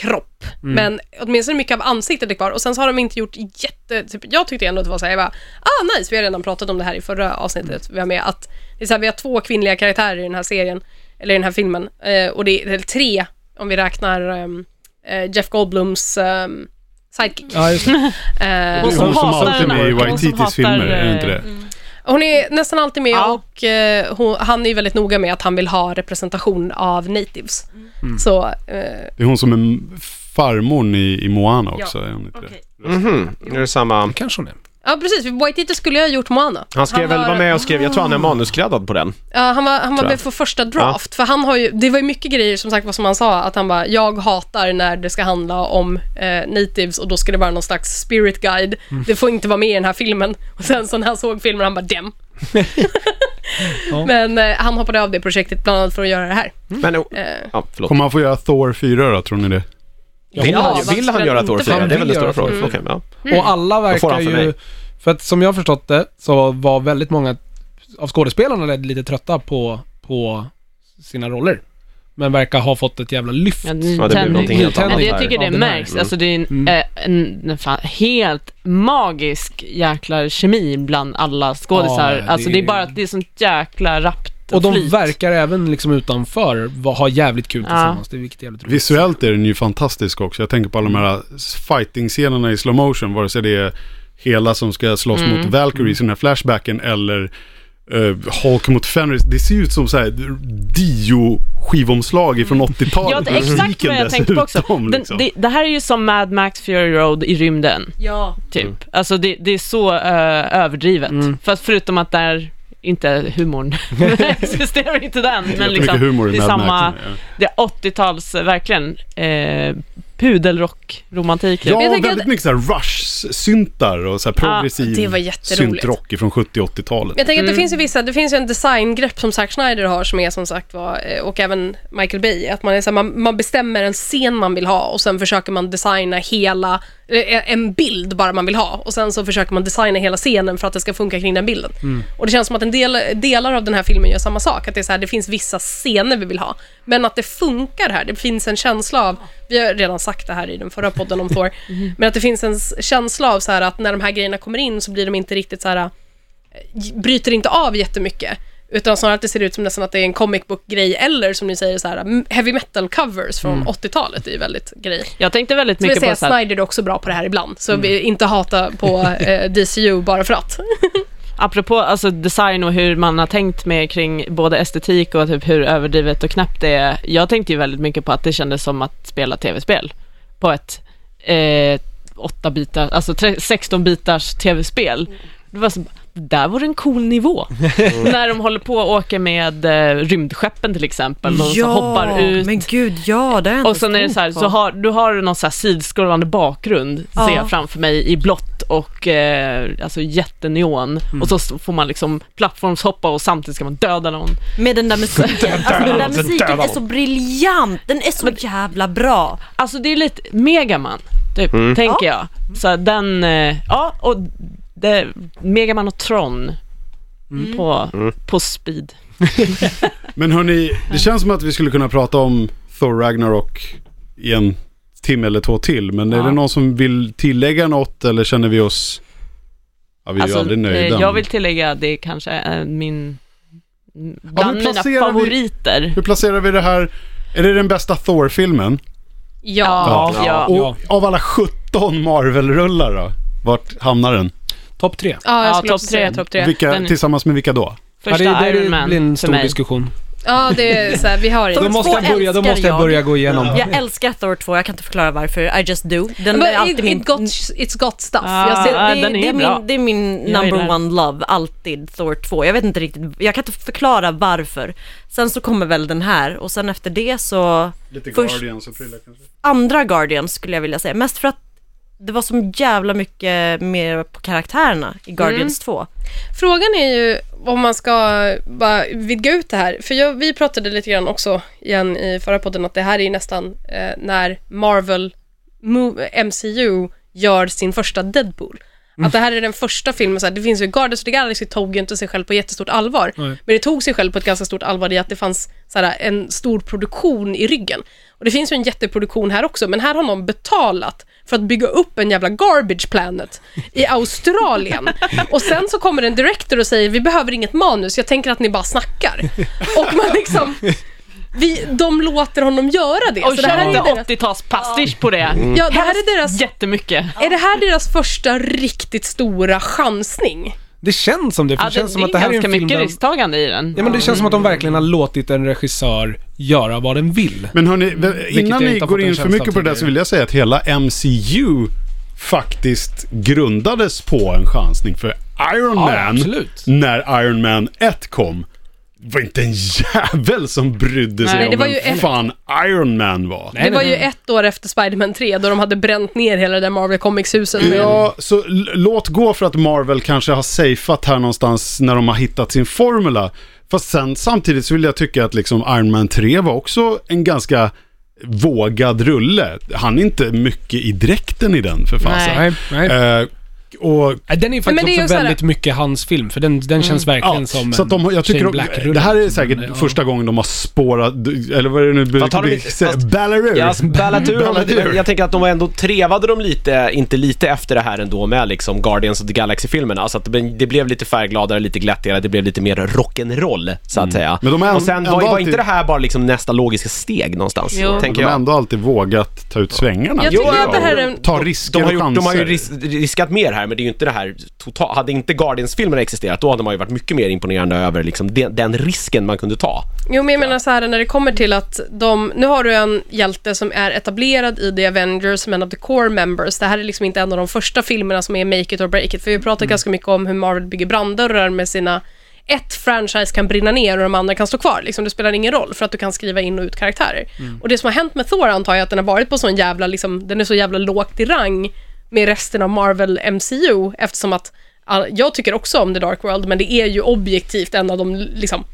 kropp. Men åtminstone mycket av ansiktet är kvar och sen så har de inte gjort jätte... Typ, jag tyckte ändå att det var så här, jag bara, ah nice, vi har redan pratat om det här i förra avsnittet vi har med att det är så här, vi har två kvinnliga karaktärer i den här serien. eller i den här filmen. Eh, och det är eller tre, om vi räknar ehm, eh, Jeff Goldblums ehm, sidekick. Ja, just det. Eh, Hon som Hon som hatar alltid är den med i här- hon som Waititis filmer, hatar, är det inte eh, det? Hon är nästan alltid med Ja. och eh, hon, han är väldigt noga med att han vill ha representation av natives. Mm. Så, eh, Det är hon som är farmorn i, i Moana också, är hon inte det? Okej. Mhm, nu är det samma. kanske hon är. ja precis, Waititi skulle jag ha gjort Moana. Han Mm. skrev väl, var- var med och skrev, jag tror han är manusgraddad på den. Ja, han var, han var Tror jag. med för första draft, för han har ju, det var ju mycket grejer som sagt vad som han sa, att han bara, jag hatar när det ska handla om eh, natives och då ska det vara någon slags spirit guide, Mm. det får inte vara med i den här filmen. Och sen så när han såg filmen, han bara, dem. Ja. Men eh, han hoppade av det projektet bland annat för att göra det här. Men, oh, Eh, ja, förlåt. Kommer han få göra Thor 4 då, tror ni det? Vill Ja, han, varför vill han skulle göra Mm. han Thor inte? 4? Han Det är väl vill den stora göra Thor frågan. fyra. Okej, ja. Mm. Och alla Då får verkar han för ju... mig. För att som jag har förstått det så var väldigt många av skådespelarna lite trötta på, på sina roller. Men verkar ha fått ett jävla lyft. Ja, Ja, det blir tändning. någonting helt Tändning. annat Men jag här. tycker Ja, det den här. märks. Mm. Alltså det är en, Mm. eh, en, en fan, helt magisk jäkla kemi bland alla skådisar. Ja, det alltså är- det är bara att det är sånt jäkla rappt Och de flyt. verkar även liksom utanför va- ha jävligt kul Ja. tillsammans. Det är vilket jävligt roligt. Visuellt är den ju fantastisk också. Jag tänker på alla de här fighting-scenerna i slow motion, vare sig det är hela som ska slåss Mm. mot Valkyries i den här flashbacken eller eh, Hulk mot Fenris. Det ser ju ut som så här Dio-skivomslag ifrån 80-talet. Mm. Ja, det är exakt vad jag tänkte på också. Dessutom, Den, liksom. det, det här är ju som Mad Max Fury Road i rymden, Ja. typ. Mm. Alltså det, det är så eh, överdrivet. Fast förutom att där inte humorn existerar inte den. Det är Men jättemycket liksom, humor i det är Mad Max. samma, det är 80-tals, eh, verkligen, eh, pudelrock-romantik. Ja, typ. jag tänker väldigt att- mycket så här Rush-syntar och så här progressiv det var jätteroligt. syntrock från 70-80-talet. Men jag tänker att det finns ju vissa, det finns ju en designgrepp som Zack Snyder har som är som sagt var, eh, och även Michael Bay, att man, är så här, man, man bestämmer en scen man vill ha och sen försöker man designa hela, eh, en bild bara man vill ha och sen så försöker man designa hela scenen för att det ska funka kring den bilden. Och det känns som att en del, delar av den här filmen gör samma sak, att det är så här, det finns vissa scener vi vill ha, men att det funkar här, det finns en känsla av, vi har redan sagt det här i den förra podden om Thor, men att det finns en s- känsla av så här att när de här grejerna kommer in så blir de inte riktigt så här bryter inte av jättemycket. Utan snarare att det ser ut som nästan att det är en comic book-grej eller som ni säger så här m- heavy metal-covers från 80-talet är ju väldigt grej. Jag tänkte väldigt Så vill mycket säga på att så här, Snyder är också bra på det här ibland, så vi inte hata på eh, DCU bara för att. Apropå alltså design och hur man har tänkt med kring både estetik och typ hur överdrivet och knappt det är. Jag tänkte ju väldigt mycket på att det kändes som att spela tv-spel på ett eh, 8 bitar, alltså 16 bitars tv-spel. Det var så, det där var en cool nivå. När de håller på och åker med eh, rymdskeppen till exempel. De så hoppar ut. men gud ja, det har jag Och inte sen är det så här, tänkt så på. har, du har du någon så här sidskrollande bakgrund, Ja. ser jag framför mig, i blått och eh, alltså jätteneon. Mm. Och så s- får man liksom plattformshoppa och samtidigt ska man döda någon. Med den där musiken. Alltså den där musiken är så briljant. Den är så jävla bra. Alltså det är lite Megaman, typ, Mm. tänker jag. Så den, eh, ja, och det, Megaman och Tron Mm. Mm. på, Mm. på speed. Men hörni, det känns som att vi skulle kunna prata om Thor Ragnarok i en timme eller två till. Men är Ja. det någon som vill tillägga något eller känner vi oss... Ja, vi är alltså, ju aldrig eh, nöjda. jag vill tillägga, det är kanske eh, min, bland mina placerar vi- favoriter. Hur placerar vi det här? Är det den bästa Thor-filmen? Ja. ja. ja. Och Ja. av alla 17 Marvel-rullar då? Vart hamnar den? Topp tre. Ja, Ja, jag skulle topp också säga tre. topp tre. Vilka, Den- Tillsammans med vilka då? Ja, Första Iron Man blir en för stor mig. diskussion. Ja, det är så här, vi har Då ju... Thor måste två jag börja, då älskar måste jag jag. börja gå igenom. Jag älskar Thor 2, jag kan inte förklara varför. I just do. Den Men är alltid it, min... it got, it's got stuff. Ah. Jag Det, ser, Ja, det, den är det, är bra. min, det är min Jag number gillar one love, alltid Thor 2. Jag vet inte riktigt, jag kan inte förklara varför. Sen så kommer väl den här och sen efter det så Lite Först- Guardians och prylar kanske? andra Guardians skulle jag vilja säga. Mest för att det var så jävla mycket mer på karaktärerna i Mm. Guardians 2. Frågan är ju om man ska bara vidga ut det här. För jag, vi pratade lite grann också igen i förra podden att det här är ju nästan eh, när Marvel mo- MCU gör sin första Deadpool. Att det här är den första filmen, så här, det finns ju Guardians of the Galaxy tog ju inte sig själv på jättestort allvar. Nej. Men det tog sig själv på ett ganska stort allvar i att det fanns så här, en stor produktion i ryggen. Och det finns ju en jätteproduktion här också, men här har någon betalat för att bygga upp en jävla garbage planet i Australien. Och sen så kommer en director och säger vi behöver inget manus, jag tänker att ni bara snackar. Och man liksom, vi, de låter honom göra det. Och så Alltså, det här kör är, inte deras, 80-tals pastisch på det. ja, Mm. Alltså, det här är, deras, Jättemycket. är det här deras första riktigt stora chansning? Det känns som det, för Ja, det det, känns som det att det är här är en ganska film mycket Mm. där, risktagande i den. Ja men det känns som att de verkligen har låtit en regissör göra vad den vill. Men hörni, vä- jag innan inte ni har fått går en in för känsla mycket på av det där så tidigare. vill jag säga att hela MCU faktiskt grundades på en chansning för Iron Ja, Man. absolut. När Iron Man 1 kom var inte en jävel som brydde sig Nej, om det var vem ju ett- fan Iron Man var. Nej, det var nej, ju nej. ett år efter Spider-Man 3 då de hade bränt ner hela det där Marvel Comics-huset. med- Ja, så l- låt gå för att Marvel kanske har safeat här någonstans när de har hittat sin formula. Fast sen samtidigt så vill jag tycka att liksom Iron Man 3 var också en ganska vågad rulle. Han är inte mycket i dräkten i den för fasen. Nej, nej. Eh, och Nej, Den är ju men faktiskt det är ju också så här- Mm. väldigt mycket hans film, för den, den känns verkligen ja, som så att de, har- jag tycker de, Black-rulle. Mm, det här är säkert Ja. första gången de har spårat, eller vad är det nu? Fast har de inte- fast- Ballarur! Ja, alltså, Balladur, liksom. Balladur. jag tänker att de var ändå trevade de lite, inte lite efter det här ändå med liksom Guardians of the Galaxy-filmerna. Alltså att det, blev- det blev lite färggladare, lite glättigare, det blev lite mer rock'n'roll så att säga. Mm. Men de har och sen ändå var, var alltid- inte det här bara liksom nästa logiska steg någonstans? Jo. De Tänker har jag. ändå alltid vågat ta ut svängarna. Jag Jo, tycker ja. att det här är en... Ta risker De har, och gjort, chanser. de har ju ris riskat mer här, men det är ju inte det här totalt. Hade inte Guardians-filmerna existerat, då hade man ju varit mycket mer imponerande över liksom den, den risken man kunde ta. Jo, men jag menar så här när det kommer till att de... Nu har du en hjälte som är etablerad i The Avengers, men of the core members. Det här är liksom inte en av de första filmerna som är make it or break it. För vi pratar ganska mycket om hur Marvel bygger branddörrar med sina... Ett franchise kan brinna ner och de andra kan stå kvar. Liksom, det spelar ingen roll för att du kan skriva in och ut karaktärer. Och det som har hänt med Thor antar jag att den har varit på sån jävla, liksom, den är så jävla lågt i rang med resten av Marvel MCU eftersom att all- jag tycker också om The Dark World men det är ju objektivt en av de liksom,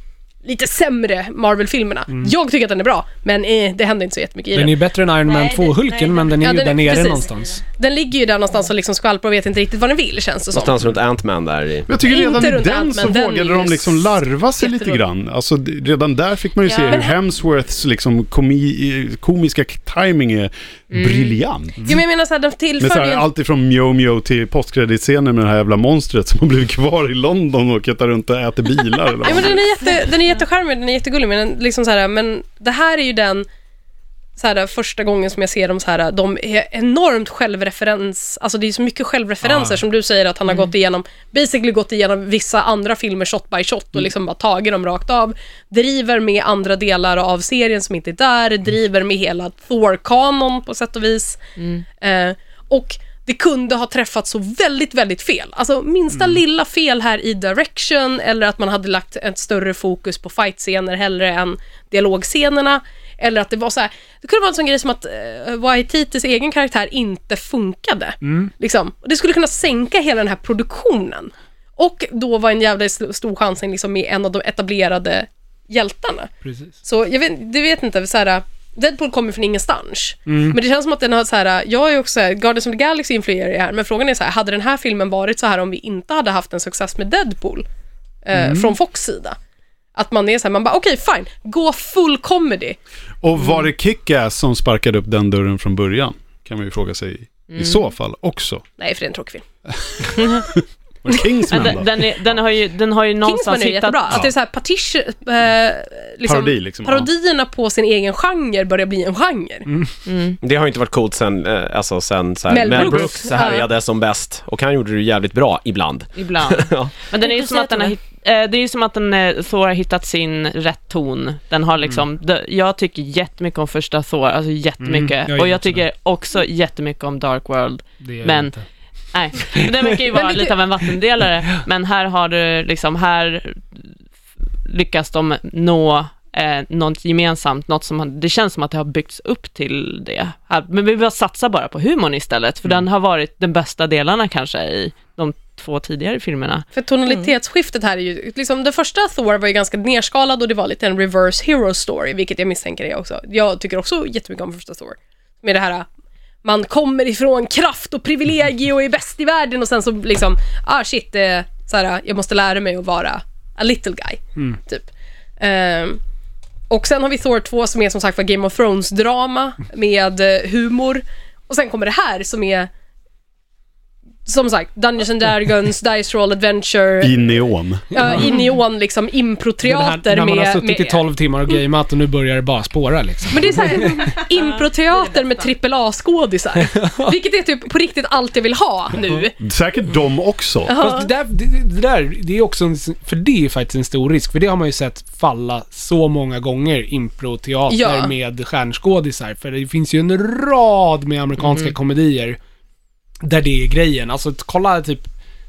lite sämre Marvel-filmerna. Jag tycker att den är bra, men eh, det händer inte så jättemycket i Den är den. ju bättre än Iron Man Nej, 2-Hulken, nej, men den är ja, ju den är- där nere precis. någonstans. Den ligger ju där någonstans och liksom skvalpar och vet inte riktigt vad den vill, känns det som. Någonstans runt Ant-Man där i... Men jag tycker Inte redan i runt den allt, så men den vågade är de ju liksom larva sig lite jätterolig. grann. Alltså d- redan där fick man ju se Ja. hur Hemsworths liksom komi, komiska k- timing är Mm. briljant. Jo, men jag menar såhär, den Med så tillför ju... här, en- allt ifrån Mio Mio till postkreditscenen med det här jävla monstret som har blivit kvar i London och kutar runt och äter bilar. Eller vad Ja, men det den är. är, jätte, den är jättecharmig, den är jättegullig, men, den, liksom så här, men det här är ju den så här, första gången som jag ser dem så här, de är enormt självreferens, alltså det är så mycket självreferenser Ah. som du säger att han har gått igenom, basically gått igenom vissa andra filmer shot by shot och liksom bara tagit dem rakt av, driver med andra delar av serien som inte är där, driver med hela Thor-kanon på sätt och vis. Eh, och det kunde ha träffat så väldigt, väldigt fel. Alltså minsta lilla fel här i direction eller att man hade lagt ett större fokus på fightscener hellre än dialogscenerna. Eller att det var så här, det kunde vara en sån grej som att uh, Waititis egen karaktär inte funkade. Liksom. Och det skulle kunna sänka hela den här produktionen. Och då var en jävla sl- stor chansning liksom med en av de etablerade hjältarna. Precis. Så jag vet, du vet inte, så här, Deadpool kommer från ingenstans. Men det känns som att den har så här, jag är också så här, Guardians of the Galaxy influerar ju här, men frågan är så här, hade den här filmen varit så här om vi inte hade haft en success med Deadpool eh, från Fox sida? Att man är så här, man bara okej fine, gå full comedy. Och var det Kick-Ass som sparkade upp den dörren från början? Kan man ju fråga sig i- Mm. i så fall också. Nej för det är en tråkig film. Var det Men Kingsman den, då? den, är, den, har ju, den har ju någonstans Kingsman är ju hittat... jättebra, att det är så här partition, eh, liksom, Parodi, liksom, ja. parodierna på sin egen genre börjar bli en genre. Mm, Det har ju inte varit coolt sen, eh, alltså sen så här, Mel Mel, Brooks. Brooks härjade som bäst och han gjorde det jävligt bra ibland. Ibland. Ja. Men den är ju Inte som att den har, säga hitt- eh, det är ju som att den, eh, Thor har hittat sin rätt ton. Den har liksom, Mm. d- jag tycker jättemycket om första Thor, alltså jättemycket. jag gillar och jag också tycker också jättemycket om Dark World. Det är Men- inte. Nej, den verkar ju vara Men det- lite av en vattendelare, men här har du liksom, här lyckas de nå eh, något gemensamt, något som, har- det känns som att det har byggts upp till det. Här, men vi bara satsar bara på humorn istället, Mm. för den har varit den bästa delarna kanske i de två tidigare filmerna. För tonalitetsskiftet här är ju, liksom den första Thor var ju ganska nerskalad och det var lite en reverse hero story, vilket jag misstänker är jag också. Jag tycker också jättemycket om första Thor. Med det här, man kommer ifrån kraft och privilegier och är bäst i världen och sen så liksom, ah shit, eh, så här, jag måste lära mig att vara a little guy, Mm. typ. Ehm, och sen har vi Thor 2 som är som sagt var Game of Thrones-drama med eh, humor. Och sen kommer det här som är som sagt, Dungeons and Dragons, Dice Roll Adventure, I neon. ja, i neon liksom Det här- improteater när man har med... suttit i med 12 timmar och gameat och nu börjar det bara spåra liksom. men det är såhär improteater med AAA-skådisar. Vilket är typ på riktigt allt jag vill ha Mm. nu. Säkert de också. Fast det där, det, det där, det är också en, för det är faktiskt en stor risk, för det har man ju sett falla så många gånger, improteater Ja. med stjärnskådisar. För det finns ju en rad med amerikanska Mm. komedier där det är grejen. Alltså t- kolla typ,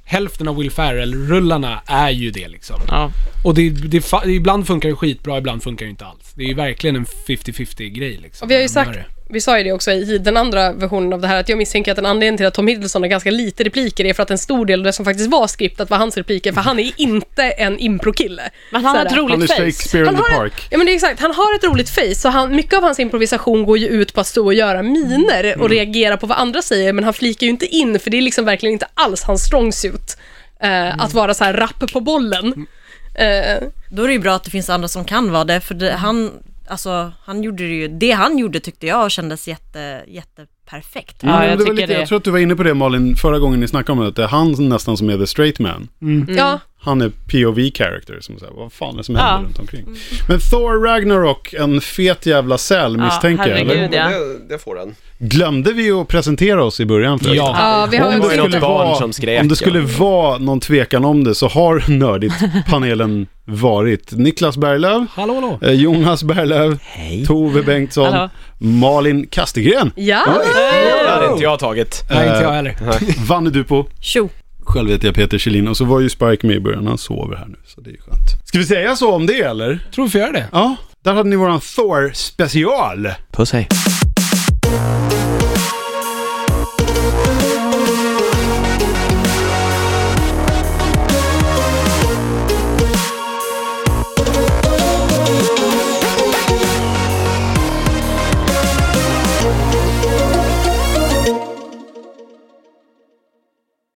hälften av Will Ferrell-rullarna är ju det liksom. Ja. Och det, det, fa- ibland funkar det skitbra, ibland funkar det inte alls. Det är ju verkligen en 50-50 grej liksom. Och vi har ju När man sagt, gör det. vi sa ju det också i den andra versionen av det här, att jag misstänker att en anledning till att Tom Hiddleston har ganska lite repliker är för att en stor del av det som faktiskt var skriptat var hans repliker, för han är inte en improkille. Men han har Så ett här. Han är roligt face. Shakespeare in the Han har, Park. ja, men det är exakt, han har ett roligt face, så han, mycket av hans improvisation går ju ut på att stå och göra miner och Mm. reagera på vad andra säger, men han flikar ju inte in, för det är liksom verkligen inte alls hans strong suit. eh, Mm. Att vara så här rapp på bollen. Eh, Då är det ju bra att det finns andra som kan vara det, för det, han, alltså, han gjorde det ju, det han gjorde tyckte jag kändes jätte, jätteperfekt. Ja, Mm. Men jag det var tycker lite, det. jag tror att du var inne på det Malin förra gången ni snackade om det, att det är han nästan som är the straight man. Mm. Ja, Han är POV character som säger vad fan är det som Ja. Mm. händer runt omkring. Men Thor Ragnarok, en fet jävla säl misstänker jag. eller? herregud. ja. det, det får den. Glömde vi ju att presentera oss i början förresten? Ja. ja, vi har Hon ju var ju också något inte... barn som skrek. Om det skulle ja. vara någon tvekan om det så har Nördigt-panelen varit Niklas Berglöf, Hallå, hallå! eh, Jonas Berglöf, Tove Bengtsson, Hallå. Malin Kastegren. Ja, Det hade inte jag tagit. Nej, inte jag heller. Vann är du på? Tjo! Själv heter jag Peter Kjellin och så var ju Spike med i början. Han sover här nu, så det är ju skönt. Ska vi säga så om det eller? Tror vi får göra det. Ja, där hade ni våran Thor-special. Puss hej.